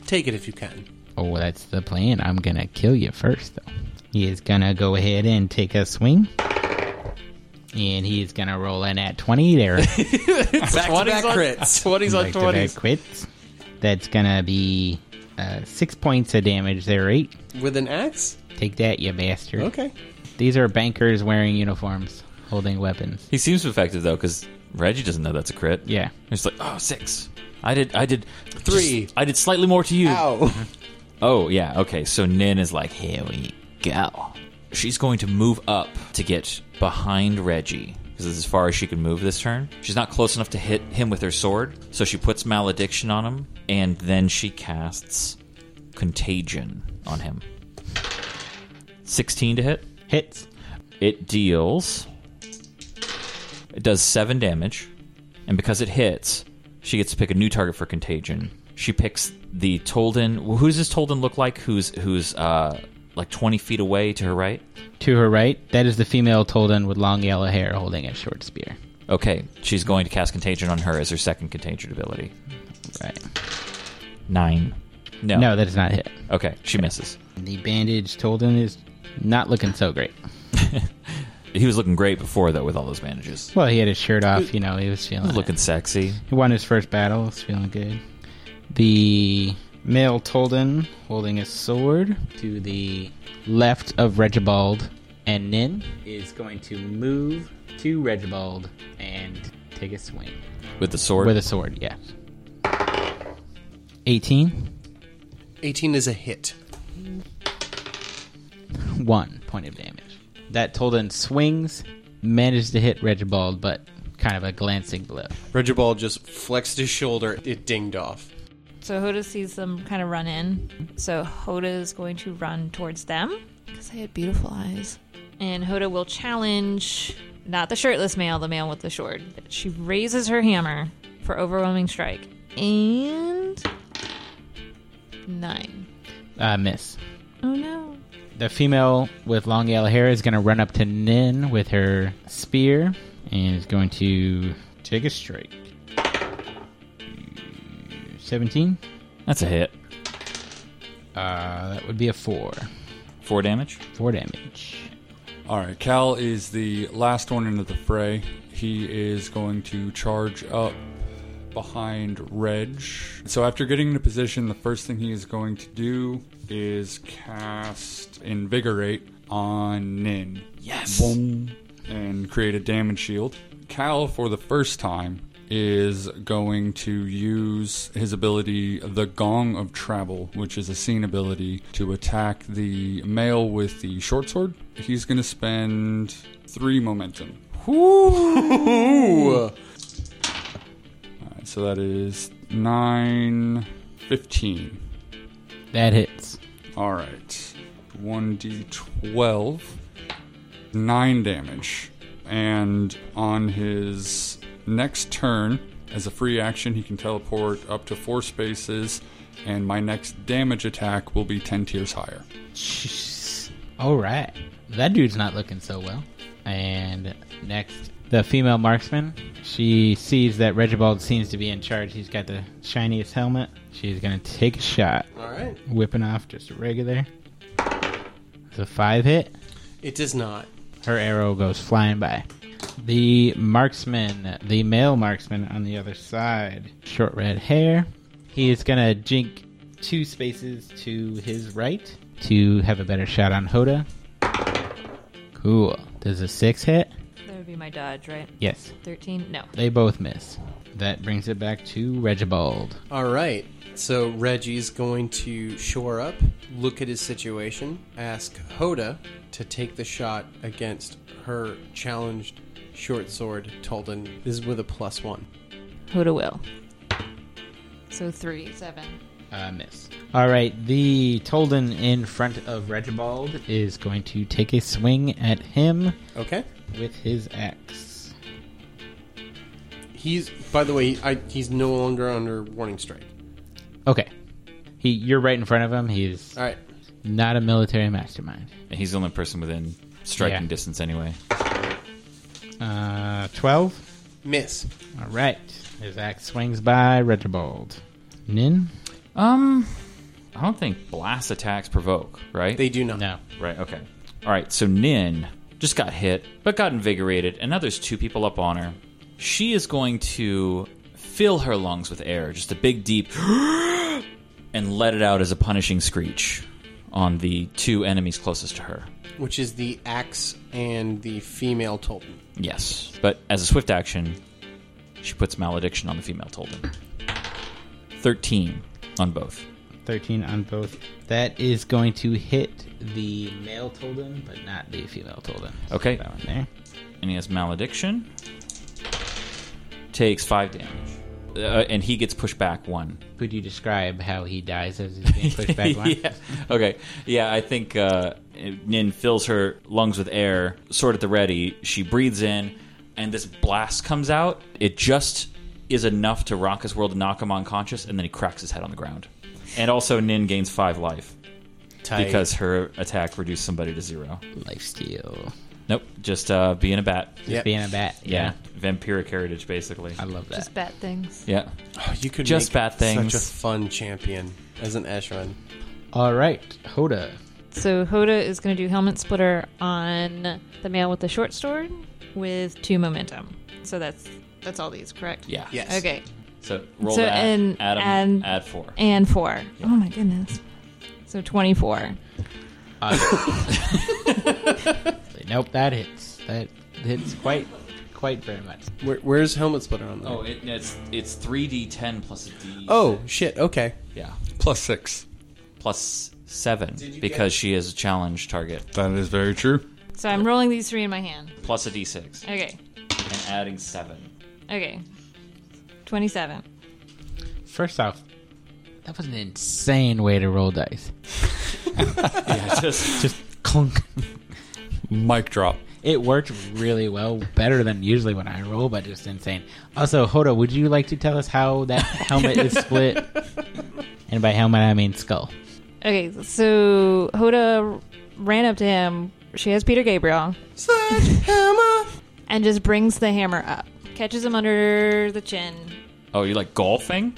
Speaker 7: Take it if you can.
Speaker 1: Oh, that's the plan. I'm gonna kill you first, though. He is gonna go ahead and take a swing. And he is gonna roll in at 20
Speaker 4: [LAUGHS]
Speaker 1: there.
Speaker 7: Back to back crits.
Speaker 1: Back to back crits. That's gonna be uh, six points of damage there, right?
Speaker 7: With an axe?
Speaker 1: Take that, you bastard.
Speaker 7: Okay.
Speaker 1: These are bankers wearing uniforms, holding weapons.
Speaker 4: He seems effective though, because Reggie doesn't know that's a crit.
Speaker 1: Yeah.
Speaker 4: he's like, oh six. I did. I did
Speaker 7: three.
Speaker 4: I did slightly more to you.
Speaker 7: Ow. [LAUGHS]
Speaker 4: Oh yeah. Okay. So Nin is like, here we go. She's going to move up to get behind Reggie. Because this is as far as she can move this turn. She's not close enough to hit him with her sword, so she puts malediction on him, and then she casts contagion on him. 16 to hit.
Speaker 1: Hits.
Speaker 4: It deals. It does 7 damage. And because it hits, she gets to pick a new target for contagion. She picks the Tolden. Well, who does this Tolden look like? Who's who's uh like 20 feet away to her right?
Speaker 1: To her right, that is the female Tolden with long yellow hair holding a short spear.
Speaker 4: Okay, she's going to cast contagion on her as her second contagion ability.
Speaker 1: Right.
Speaker 4: Nine. No.
Speaker 1: No, that is not hit.
Speaker 4: Okay, she misses.
Speaker 1: The bandaged Tolden is not looking so great.
Speaker 4: He was looking great before though with all those bandages.
Speaker 1: Well, he had his shirt off, you know, he was
Speaker 4: He
Speaker 1: feeling
Speaker 4: was looking sexy.
Speaker 1: He won his first battle. It's feeling good. The male Tolden holding a sword to the left of Regibald and Nin is going to move to Regibald and take a swing.
Speaker 4: With the sword?
Speaker 1: With a sword, yeah. 18,
Speaker 7: 18 is a hit.
Speaker 1: 1 point of damage. That Tolden swings, manages to hit Regibald, but kind of a glancing blow.
Speaker 7: Regibald just flexed his shoulder. It dinged off.
Speaker 2: So Hoda sees them kind of run in. So Hoda is going to run towards them because they had beautiful eyes. And Hoda will challenge not the shirtless male, the male with the sword. She raises her hammer for overwhelming strike and nine.
Speaker 1: Uh, miss.
Speaker 2: Oh no!
Speaker 1: The female with long yellow hair is going to run up to Nin with her spear and is going to take a strike. 17.
Speaker 4: That's a hit.
Speaker 1: Uh, that would be a 4.
Speaker 4: Four damage?
Speaker 1: 4 damage.
Speaker 8: All right, Cal is the last one into the fray. He is going to charge up behind Reg. So after getting into position, the first thing he is going to do is cast Invigorate on Nin.
Speaker 4: Yes.
Speaker 8: Boom. And create a damage shield. Cal, for the first time, is going to use his ability, the Gong of Travel, which is a scene ability, to attack the male with the short sword. He's going to spend three momentum.
Speaker 7: [LAUGHS] Ooh.
Speaker 8: Alright, so that is 9, 15.
Speaker 1: That hits.
Speaker 8: All right. 1d12. 9 damage. And on his next turn, as a free action, he can teleport up to four spaces, and my next damage attack will be 10 tiers higher.
Speaker 1: All right. That dude's not looking so well. And next, the female marksman. She sees that Regibald seems to be in charge. He's got the shiniest helmet. She's going to take a shot.
Speaker 7: All right.
Speaker 1: Whipping off just a regular. It's a five hit.
Speaker 7: It does not.
Speaker 1: Her arrow goes flying by. The marksman, the male marksman on the other side, short red hair. He is going to jink two spaces to his right to have a better shot on Hoda. Cool. Does a six hit?
Speaker 2: That would be my dodge, right?
Speaker 1: Yes.
Speaker 2: 13? No.
Speaker 1: They both miss. That brings it back to Regibald.
Speaker 7: All right. So Reggie's going to shore up, look at his situation, ask Hoda to take the shot against her challenged short sword Tolden. This is with a plus one.
Speaker 2: Hoda will. So three, seven.
Speaker 1: Uh, miss. All right, the Tolden in front of Regibald is going to take a swing at him.
Speaker 7: Okay.
Speaker 1: With his axe.
Speaker 7: He's, by the way, I, he's no longer under warning strike.
Speaker 1: Okay. He, you're right in front of him. He's
Speaker 7: All right.
Speaker 1: not a military mastermind.
Speaker 4: And he's the only person within striking
Speaker 1: Yeah.
Speaker 4: distance anyway.
Speaker 1: Uh, 12.
Speaker 7: Miss.
Speaker 1: All right. His axe swings by Regibald. Nin?
Speaker 4: Um, I don't think blast attacks provoke, right? They
Speaker 7: do not.
Speaker 1: No.
Speaker 4: Right. Okay. All right. So Nin just got hit, but got invigorated, and now there's two people up on her. She is going to fill her lungs with air, just a big deep, [GASPS] and let it out as a punishing screech on the two enemies closest to her.
Speaker 7: Which is the axe and the female Tolden.
Speaker 4: Yes, but as a swift action, she puts malediction on the female Tolden. Thirteen on both.
Speaker 1: 13 on both. That is going to hit the male Tolden, but not the female Tolden.
Speaker 4: Okay.
Speaker 1: That one there.
Speaker 4: And he has malediction. Takes five damage. Uh, and he gets pushed back one.
Speaker 1: Could you describe how he dies as he's being pushed [LAUGHS] back? one?
Speaker 4: yeah. Okay. Yeah, I think uh, Nin fills her lungs with air, sword at the ready. She breathes in, and this blast comes out. It just is enough to rock his world and knock him unconscious, and then he cracks his head on the ground. And also, Nin gains five life
Speaker 7: Tight.
Speaker 4: because her attack reduced somebody to zero.
Speaker 1: Lifesteal.
Speaker 4: Nope, just uh, being a bat.
Speaker 1: Just Yep. being a bat,
Speaker 4: Vampiric heritage, basically. I
Speaker 1: love
Speaker 2: Just bat things.
Speaker 4: Yeah.
Speaker 7: Oh, you could
Speaker 4: Just
Speaker 7: make
Speaker 4: bad things.
Speaker 7: Such a fun champion as an Eshran.
Speaker 1: All right, Hoda.
Speaker 2: So Hoda is going to do helmet splitter on the male with the short sword with two momentum. So that's that's all these, correct?
Speaker 4: Yeah.
Speaker 7: Yes.
Speaker 2: Okay.
Speaker 4: So roll
Speaker 2: so
Speaker 4: that.
Speaker 2: and
Speaker 4: add 'em,
Speaker 2: and
Speaker 4: add four.
Speaker 2: and four. Oh my goodness. So twenty four.
Speaker 1: [LAUGHS]
Speaker 4: [LAUGHS]
Speaker 1: nope, that hits. That hits quite, quite very much.
Speaker 7: Where, where's Helmet Splitter on there?
Speaker 4: Oh, it, it's it's three d ten plus a d.
Speaker 7: Oh, shit. Okay.
Speaker 4: yeah,
Speaker 8: Plus 6.
Speaker 4: plus seven because she is a challenge target.
Speaker 8: That is very true.
Speaker 2: So I'm rolling these three in my hand.
Speaker 4: Plus a d six
Speaker 2: Okay.
Speaker 4: and adding seven.
Speaker 2: Okay. Twenty seven.
Speaker 1: First off, that was an insane way to roll dice.
Speaker 4: [LAUGHS] yeah,
Speaker 1: [LAUGHS]
Speaker 4: just
Speaker 1: just clunk.
Speaker 8: Mic drop.
Speaker 1: It worked really well, better than usually when I roll, but just insane. Also, Hoda, would you like to tell us how that helmet
Speaker 4: [LAUGHS]
Speaker 1: is split? And by helmet, I mean skull.
Speaker 2: Okay, so Hoda ran up to him. She has Peter Gabriel. Sledgehammer! and just brings the hammer up. Catches him under the chin.
Speaker 4: Oh, you like golfing?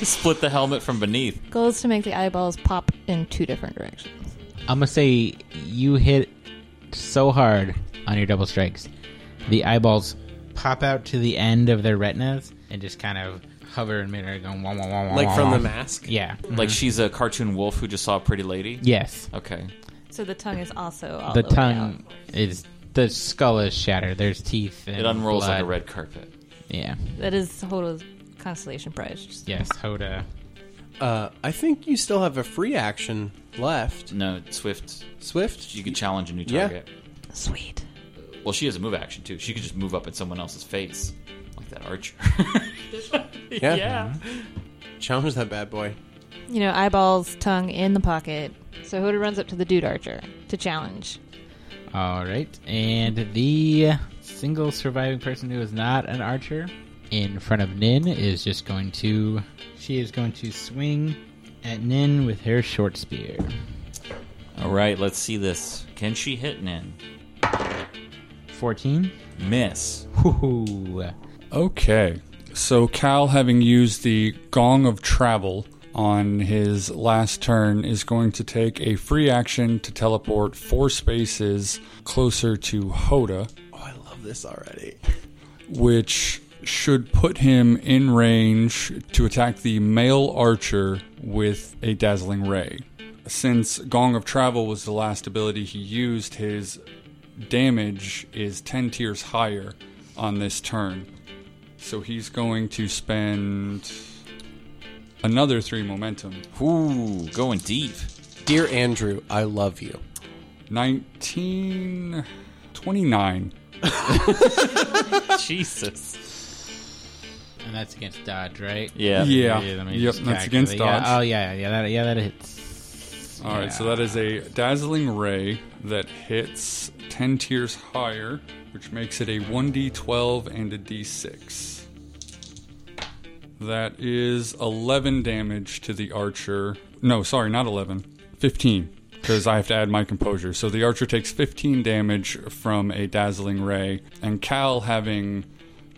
Speaker 4: Split the helmet from beneath.
Speaker 2: Goal is to make the eyeballs pop in two different directions.
Speaker 1: I'm gonna say you hit so hard on your double strikes, the eyeballs pop out to the end of their retinas and just kind of hover in midair, going wah, wah, wah, wah,
Speaker 7: Like
Speaker 1: wah,
Speaker 7: from
Speaker 1: wah.
Speaker 7: the mask?
Speaker 1: Yeah,
Speaker 4: Like
Speaker 8: Mm-hmm.
Speaker 1: Mhm.
Speaker 4: she's a cartoon wolf who just saw a pretty lady.
Speaker 1: Yes.
Speaker 4: Okay. Oh,
Speaker 2: So the tongue is also all
Speaker 1: the
Speaker 2: the way
Speaker 1: tongue is the skull is shattered. There's teeth. And
Speaker 4: It unrolls like a
Speaker 1: blood.
Speaker 4: red carpet.
Speaker 1: Yeah.
Speaker 2: That is Hoda's consolation prize.
Speaker 1: Yes, Hoda.
Speaker 7: Uh, I think you still have a free action left.
Speaker 4: No, Swift.
Speaker 7: Swift?
Speaker 4: You could challenge a new
Speaker 7: Yeah.
Speaker 4: target.
Speaker 2: Sweet.
Speaker 4: Well, she has a move action too. She could just move up at someone else's face, like that archer.
Speaker 7: Yeah. Challenge that bad boy.
Speaker 2: You know, eyeballs, tongue in the pocket. So Hoda runs up to the dude archer to challenge.
Speaker 1: All right, and the single surviving person who is not an archer in front of Nin is just going to. She is going to swing at Nin with her short spear.
Speaker 4: [LAUGHS] All right, let's see this. Can she hit Nin?
Speaker 1: Fourteen.
Speaker 4: Miss.
Speaker 8: Okay. So Cal, having used the Gong of Travel on his last turn, is going to take a free action to teleport four spaces closer to Hoda,
Speaker 7: Oh, Love this already.
Speaker 8: which should put him in range to attack the male archer with a dazzling ray. Since Gong of Travel was the last ability he used, his damage is 10 tiers higher on this turn. So he's going to spend another three momentum.
Speaker 4: Ooh, going deep. [LAUGHS]
Speaker 7: Dear Andrew, I love you.
Speaker 8: 19. 29.
Speaker 4: Jesus.
Speaker 1: And that's against dodge, right?
Speaker 8: Yeah. Yeah.
Speaker 1: let me
Speaker 8: Yep,
Speaker 1: just
Speaker 8: that's
Speaker 1: calculate.
Speaker 8: against
Speaker 1: Yeah,
Speaker 8: dodge.
Speaker 1: Oh yeah, yeah, that, yeah, that hits.
Speaker 8: All right, so that is a dazzling ray that hits 10 tiers higher, which makes it a 1d12 and a d6. That is 11 damage to the archer. No, sorry, not 11. 15, because I have to add my composure. So the archer takes 15 damage from a dazzling ray, and Cal, having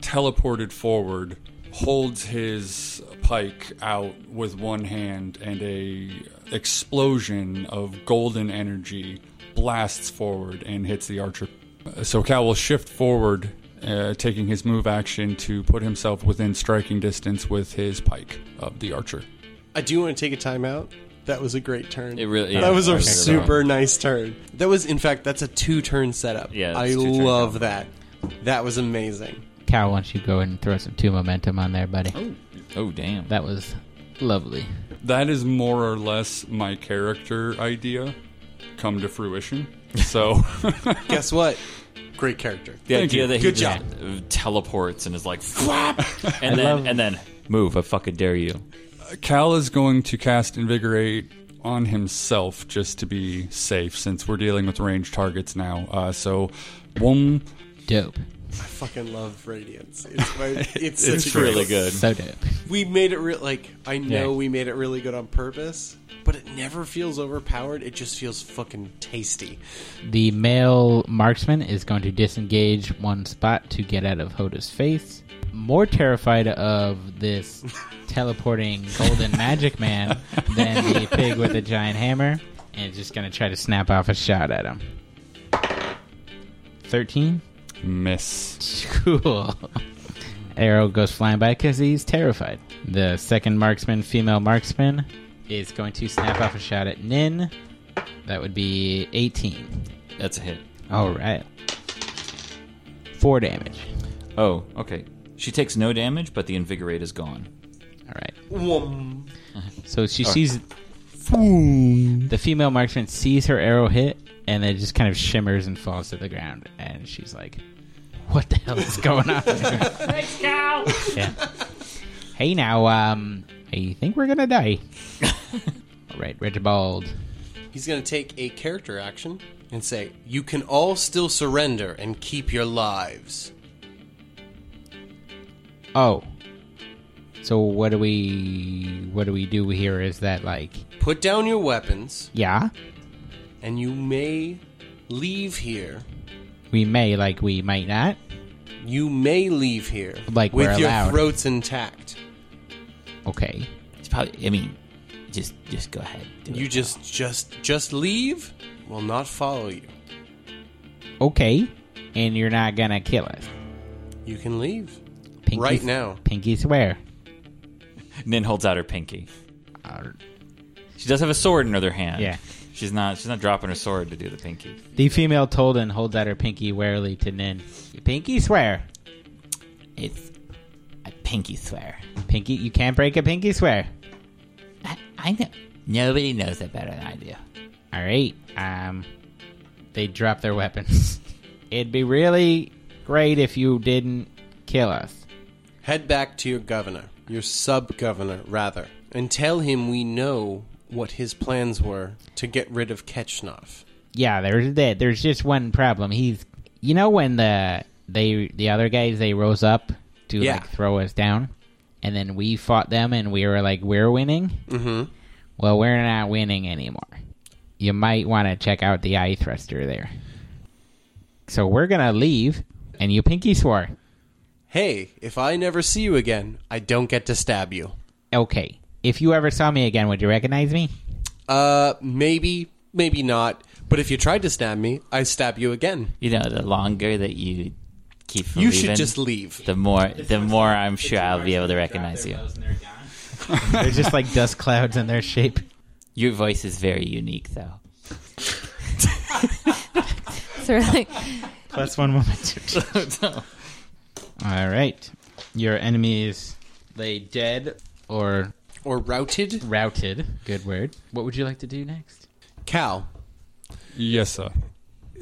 Speaker 8: teleported forward, holds his pike out with one hand, and a explosion of golden energy blasts forward and hits the archer. Uh, So Cal will shift forward, uh, taking his move action to put himself within striking distance with his pike of the archer.
Speaker 7: I do want to take a timeout. That was a great turn.
Speaker 4: It really-
Speaker 7: That
Speaker 4: yeah,
Speaker 7: was
Speaker 4: I
Speaker 7: a
Speaker 4: really
Speaker 7: super nice turn. That was, in fact, that's a two turn setup.
Speaker 4: Yeah,
Speaker 7: I
Speaker 4: it's a two-turn
Speaker 7: love that. That was amazing.
Speaker 1: Cal, why don't you go and throw some two momentum on there, buddy?
Speaker 8: Oh.
Speaker 4: Oh damn.
Speaker 1: That was lovely.
Speaker 8: That is more or less my character idea come to fruition. So,
Speaker 7: guess what? Great character.
Speaker 4: The idea that he
Speaker 7: Good
Speaker 4: just
Speaker 7: job.
Speaker 4: uh, teleports and is like, [LAUGHS] flop, and then and then move. I fucking dare you.
Speaker 8: Cal is going to cast Invigorate on himself just to be safe, since we're dealing with ranged targets now. Uh, so, one.
Speaker 1: Dope.
Speaker 7: I fucking love Radiance.
Speaker 4: [LAUGHS]
Speaker 7: It's, my, it's,
Speaker 8: It's
Speaker 7: such a
Speaker 8: really
Speaker 7: great-
Speaker 8: good.
Speaker 1: So dope.
Speaker 7: We made it real. Like I know
Speaker 1: Yeah.
Speaker 7: we made it really good on purpose, but it never feels overpowered. It just feels fucking tasty.
Speaker 1: The male marksman is going to disengage one spot to get out of Hoda's face. More terrified of this teleporting golden magic man than the pig with a giant hammer, and is just going to try to snap off a shot at him. 13?
Speaker 8: Miss.
Speaker 1: [LAUGHS] Cool. Arrow goes flying by because he's terrified. The second marksman, female marksman, is going to snap off a shot at Nin. That would be 18.
Speaker 4: That's a hit.
Speaker 1: All right. Four damage.
Speaker 4: Oh, okay. She takes no damage, but the invigorate is gone.
Speaker 1: All right.
Speaker 7: Whoom.
Speaker 1: So she
Speaker 4: All right.
Speaker 1: sees. The female marksman sees her arrow hit and then it just kind of shimmers and falls to the ground. And she's like, What the hell is going
Speaker 9: [LAUGHS]
Speaker 1: on?
Speaker 9: Thanks, Cal.
Speaker 1: yeah. Hey, now, um, I think we're gonna
Speaker 4: [LAUGHS]
Speaker 1: die. All right, Regibald.
Speaker 7: He's gonna take a character action and say, "You can all still surrender and keep your lives."
Speaker 1: Oh, so what do we what do we do here? Is that like
Speaker 7: Put down your weapons,
Speaker 1: yeah?
Speaker 7: and you may leave here.
Speaker 1: We may like we might not.
Speaker 7: You may leave here
Speaker 1: Like
Speaker 7: with
Speaker 1: we're
Speaker 7: your
Speaker 1: allowed.
Speaker 7: throats intact.
Speaker 1: Okay.
Speaker 3: It's probably. I mean, just just go ahead. Do
Speaker 7: You
Speaker 3: it.
Speaker 7: just, just, just leave. Will not follow you.
Speaker 1: Okay, and you're not gonna kill us.
Speaker 7: You can leave
Speaker 1: Pinky
Speaker 7: right now.
Speaker 1: Pinky swear.
Speaker 4: Nin holds out her pinky. She does have a sword in her other hand.
Speaker 1: Yeah.
Speaker 4: She's not. She's not dropping her sword to do the pinky.
Speaker 1: The female Tolden holds out her pinky warily to Nin. Pinky swear.
Speaker 3: It's a pinky swear.
Speaker 1: Pinky, you can't break a pinky swear.
Speaker 3: I know. Nobody knows it better than I do.
Speaker 1: All right. Um, they drop their weapons. [LAUGHS] It'd be really great if you didn't kill us.
Speaker 7: Head back to your governor, your sub governor, rather, and tell him we know what his plans were to get rid of Ketchnov.
Speaker 1: Yeah, there's that. There's just one problem. He's, you know, when the they the other guys they rose up to
Speaker 7: Yeah.
Speaker 1: like throw us down, and then we fought them, and we were like, we're winning.
Speaker 7: Mm-hmm.
Speaker 1: Well, we're not winning anymore. You might want to check out the eye thruster there. So we're gonna leave, and you pinky swore.
Speaker 7: Hey, if I never see you again, I don't get to stab you.
Speaker 1: Okay. If you ever saw me again, would you recognize me?
Speaker 7: Uh, maybe, maybe not. But if you tried to stab me, I stab you again.
Speaker 3: You know, the longer that you keep from
Speaker 7: You should
Speaker 3: leaving,
Speaker 7: just leave.
Speaker 3: The more, the more I'm sure I'll be able to recognize you.
Speaker 1: [LAUGHS] They're just like dust clouds in their shape.
Speaker 3: Your voice is very unique, though.
Speaker 10: So we're like,
Speaker 1: Plus one
Speaker 3: [LAUGHS]
Speaker 1: moment.
Speaker 3: No.
Speaker 1: All right. Your enemy is they dead or
Speaker 7: or routed?
Speaker 1: Routed. Good word. What would you like to do next?
Speaker 7: Cal.
Speaker 8: Yes, sir.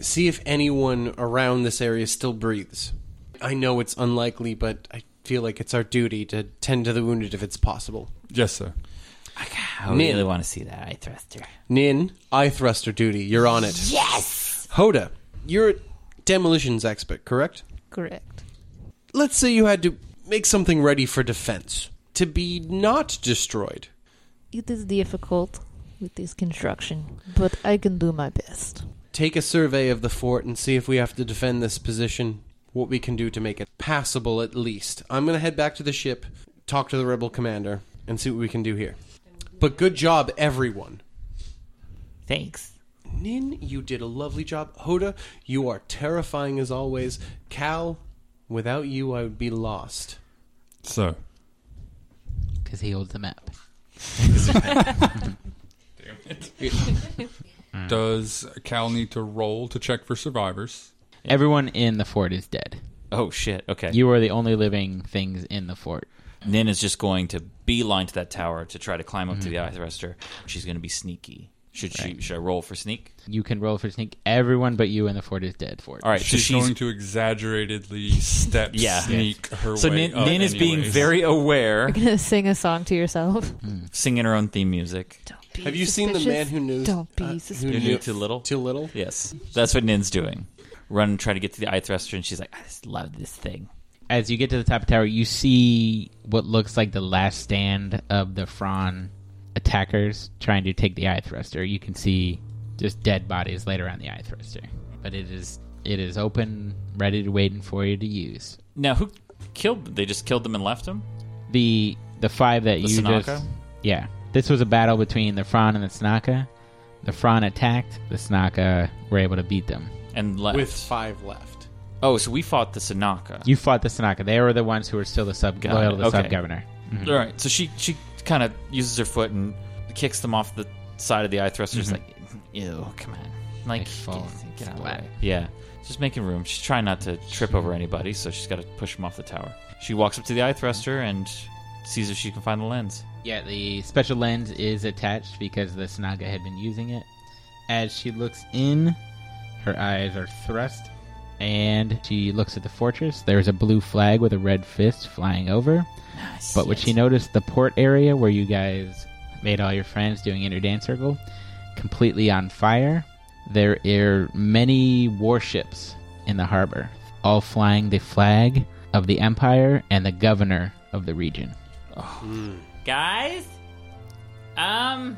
Speaker 7: See if anyone around this area still breathes. I know it's unlikely, but I feel like it's our duty to tend to the wounded if it's possible.
Speaker 8: Yes, sir.
Speaker 3: I
Speaker 7: Nin.
Speaker 3: really want to see that eye thruster.
Speaker 7: Nin, eye thruster duty. You're on it.
Speaker 3: Yes!
Speaker 7: Hoda, you're a demolitions expert, correct?
Speaker 10: correct.
Speaker 7: Let's say you had to make something ready for defense to be not destroyed.
Speaker 10: It is difficult with this construction, but I can do my best.
Speaker 7: Take a survey of the fort and see if we have to defend this position, what we can do to make it passable at least. I'm going to head back to the ship, talk to the rebel commander, and see what we can do here. But good job, everyone.
Speaker 3: Thanks.
Speaker 7: Nin, you did a lovely job. Hoda, you are terrifying as always. Cal, without you, I would be lost.
Speaker 8: Sir.
Speaker 1: Because he holds the map.
Speaker 4: Hmm.
Speaker 8: Does Cal need to roll to check for survivors?
Speaker 1: Everyone in the fort is dead.
Speaker 4: Oh shit. Okay.
Speaker 1: You are the only living things in the fort.
Speaker 4: Nin is just going to beeline to that tower to try to climb up to the eye thruster. She's going to be sneaky. Should she? Should I roll for sneak?
Speaker 1: You can roll for sneak. Everyone but you in the fort is dead. Fort.
Speaker 4: All right.
Speaker 8: she's,
Speaker 4: so she's
Speaker 8: going to exaggeratedly step
Speaker 4: yeah.
Speaker 8: sneak her
Speaker 4: so
Speaker 8: way
Speaker 4: Nin,
Speaker 8: up
Speaker 4: Nin is being
Speaker 8: anyways.
Speaker 4: very aware,
Speaker 10: You're gonna sing a song to yourself.
Speaker 4: singing her own theme music.
Speaker 10: Be
Speaker 7: Have you seen the man
Speaker 10: suspicious.
Speaker 7: who knows-
Speaker 10: Don't be
Speaker 7: uh, who
Speaker 10: suspicious.
Speaker 4: Who knew too little?
Speaker 7: Too little?
Speaker 4: Yes. That's what Nin's doing. Run and try to get to the eye thruster, and she's like, I just love this thing.
Speaker 1: As you get to the top of the tower, you see what looks like the last stand of the Fron attackers trying to take the eye thruster. You can see just dead bodies laid around the eye thruster, but it is it is open, ready to waiting for you to use.
Speaker 4: Now, who killed them? They just killed them and left them?
Speaker 1: the the five that
Speaker 4: The
Speaker 1: you
Speaker 4: Sanaka?
Speaker 1: just yeah this was a battle between the Fran and the Snaka. The Fran attacked. The Snaka were able to beat them.
Speaker 4: And left.
Speaker 7: With five left.
Speaker 4: Oh, so we fought the Sanaka.
Speaker 1: You fought the Snaka. They were the ones who were still the sub
Speaker 4: Got
Speaker 1: loyal
Speaker 4: it.
Speaker 1: to the
Speaker 4: Okay.
Speaker 1: sub governor. Mhm.
Speaker 4: All right. So she she kind of uses her foot and kicks them off the side of the eye thruster. She's
Speaker 1: Mhm.
Speaker 4: like, ew, come on. Like,
Speaker 1: fall
Speaker 4: get, get out of the
Speaker 1: flat.
Speaker 4: way. Yeah. Just making room. She's trying not to trip over anybody, so she's got to push them off the tower. She walks up to the eye thruster and sees if she can find the lens.
Speaker 1: Yeah, the special lens is attached because the Snaga had been using it. As she looks in, her eyes are thrust, and she looks at the fortress. There's a blue flag with a red fist flying over.
Speaker 3: Nice,
Speaker 1: but what she noticed, the port area where you guys made all your friends doing inner dance circle, completely on fire. There are many warships in the harbor, all flying the flag of the Empire and the governor of the region.
Speaker 3: Guys, um,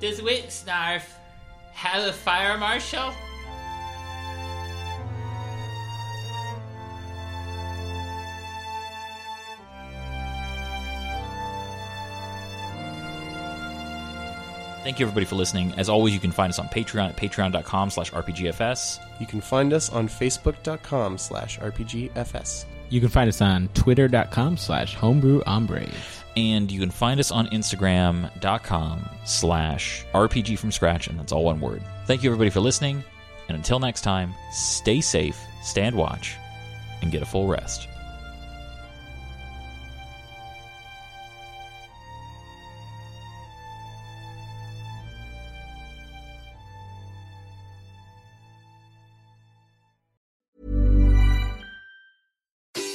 Speaker 3: does Wixnarf have a fire marshal?
Speaker 4: Thank you, everybody, for listening. As always, you can find us on Patreon at patreon.com slash rpgfs.
Speaker 7: You can find us on facebook.com slash rpgfs.
Speaker 1: You can find us on twitter.com slash homebrew hombres.
Speaker 4: and you can find us on instagram.com slash rpg from scratch and that's all one word thank you everybody for listening and until next time stay safe stand watch and get a full rest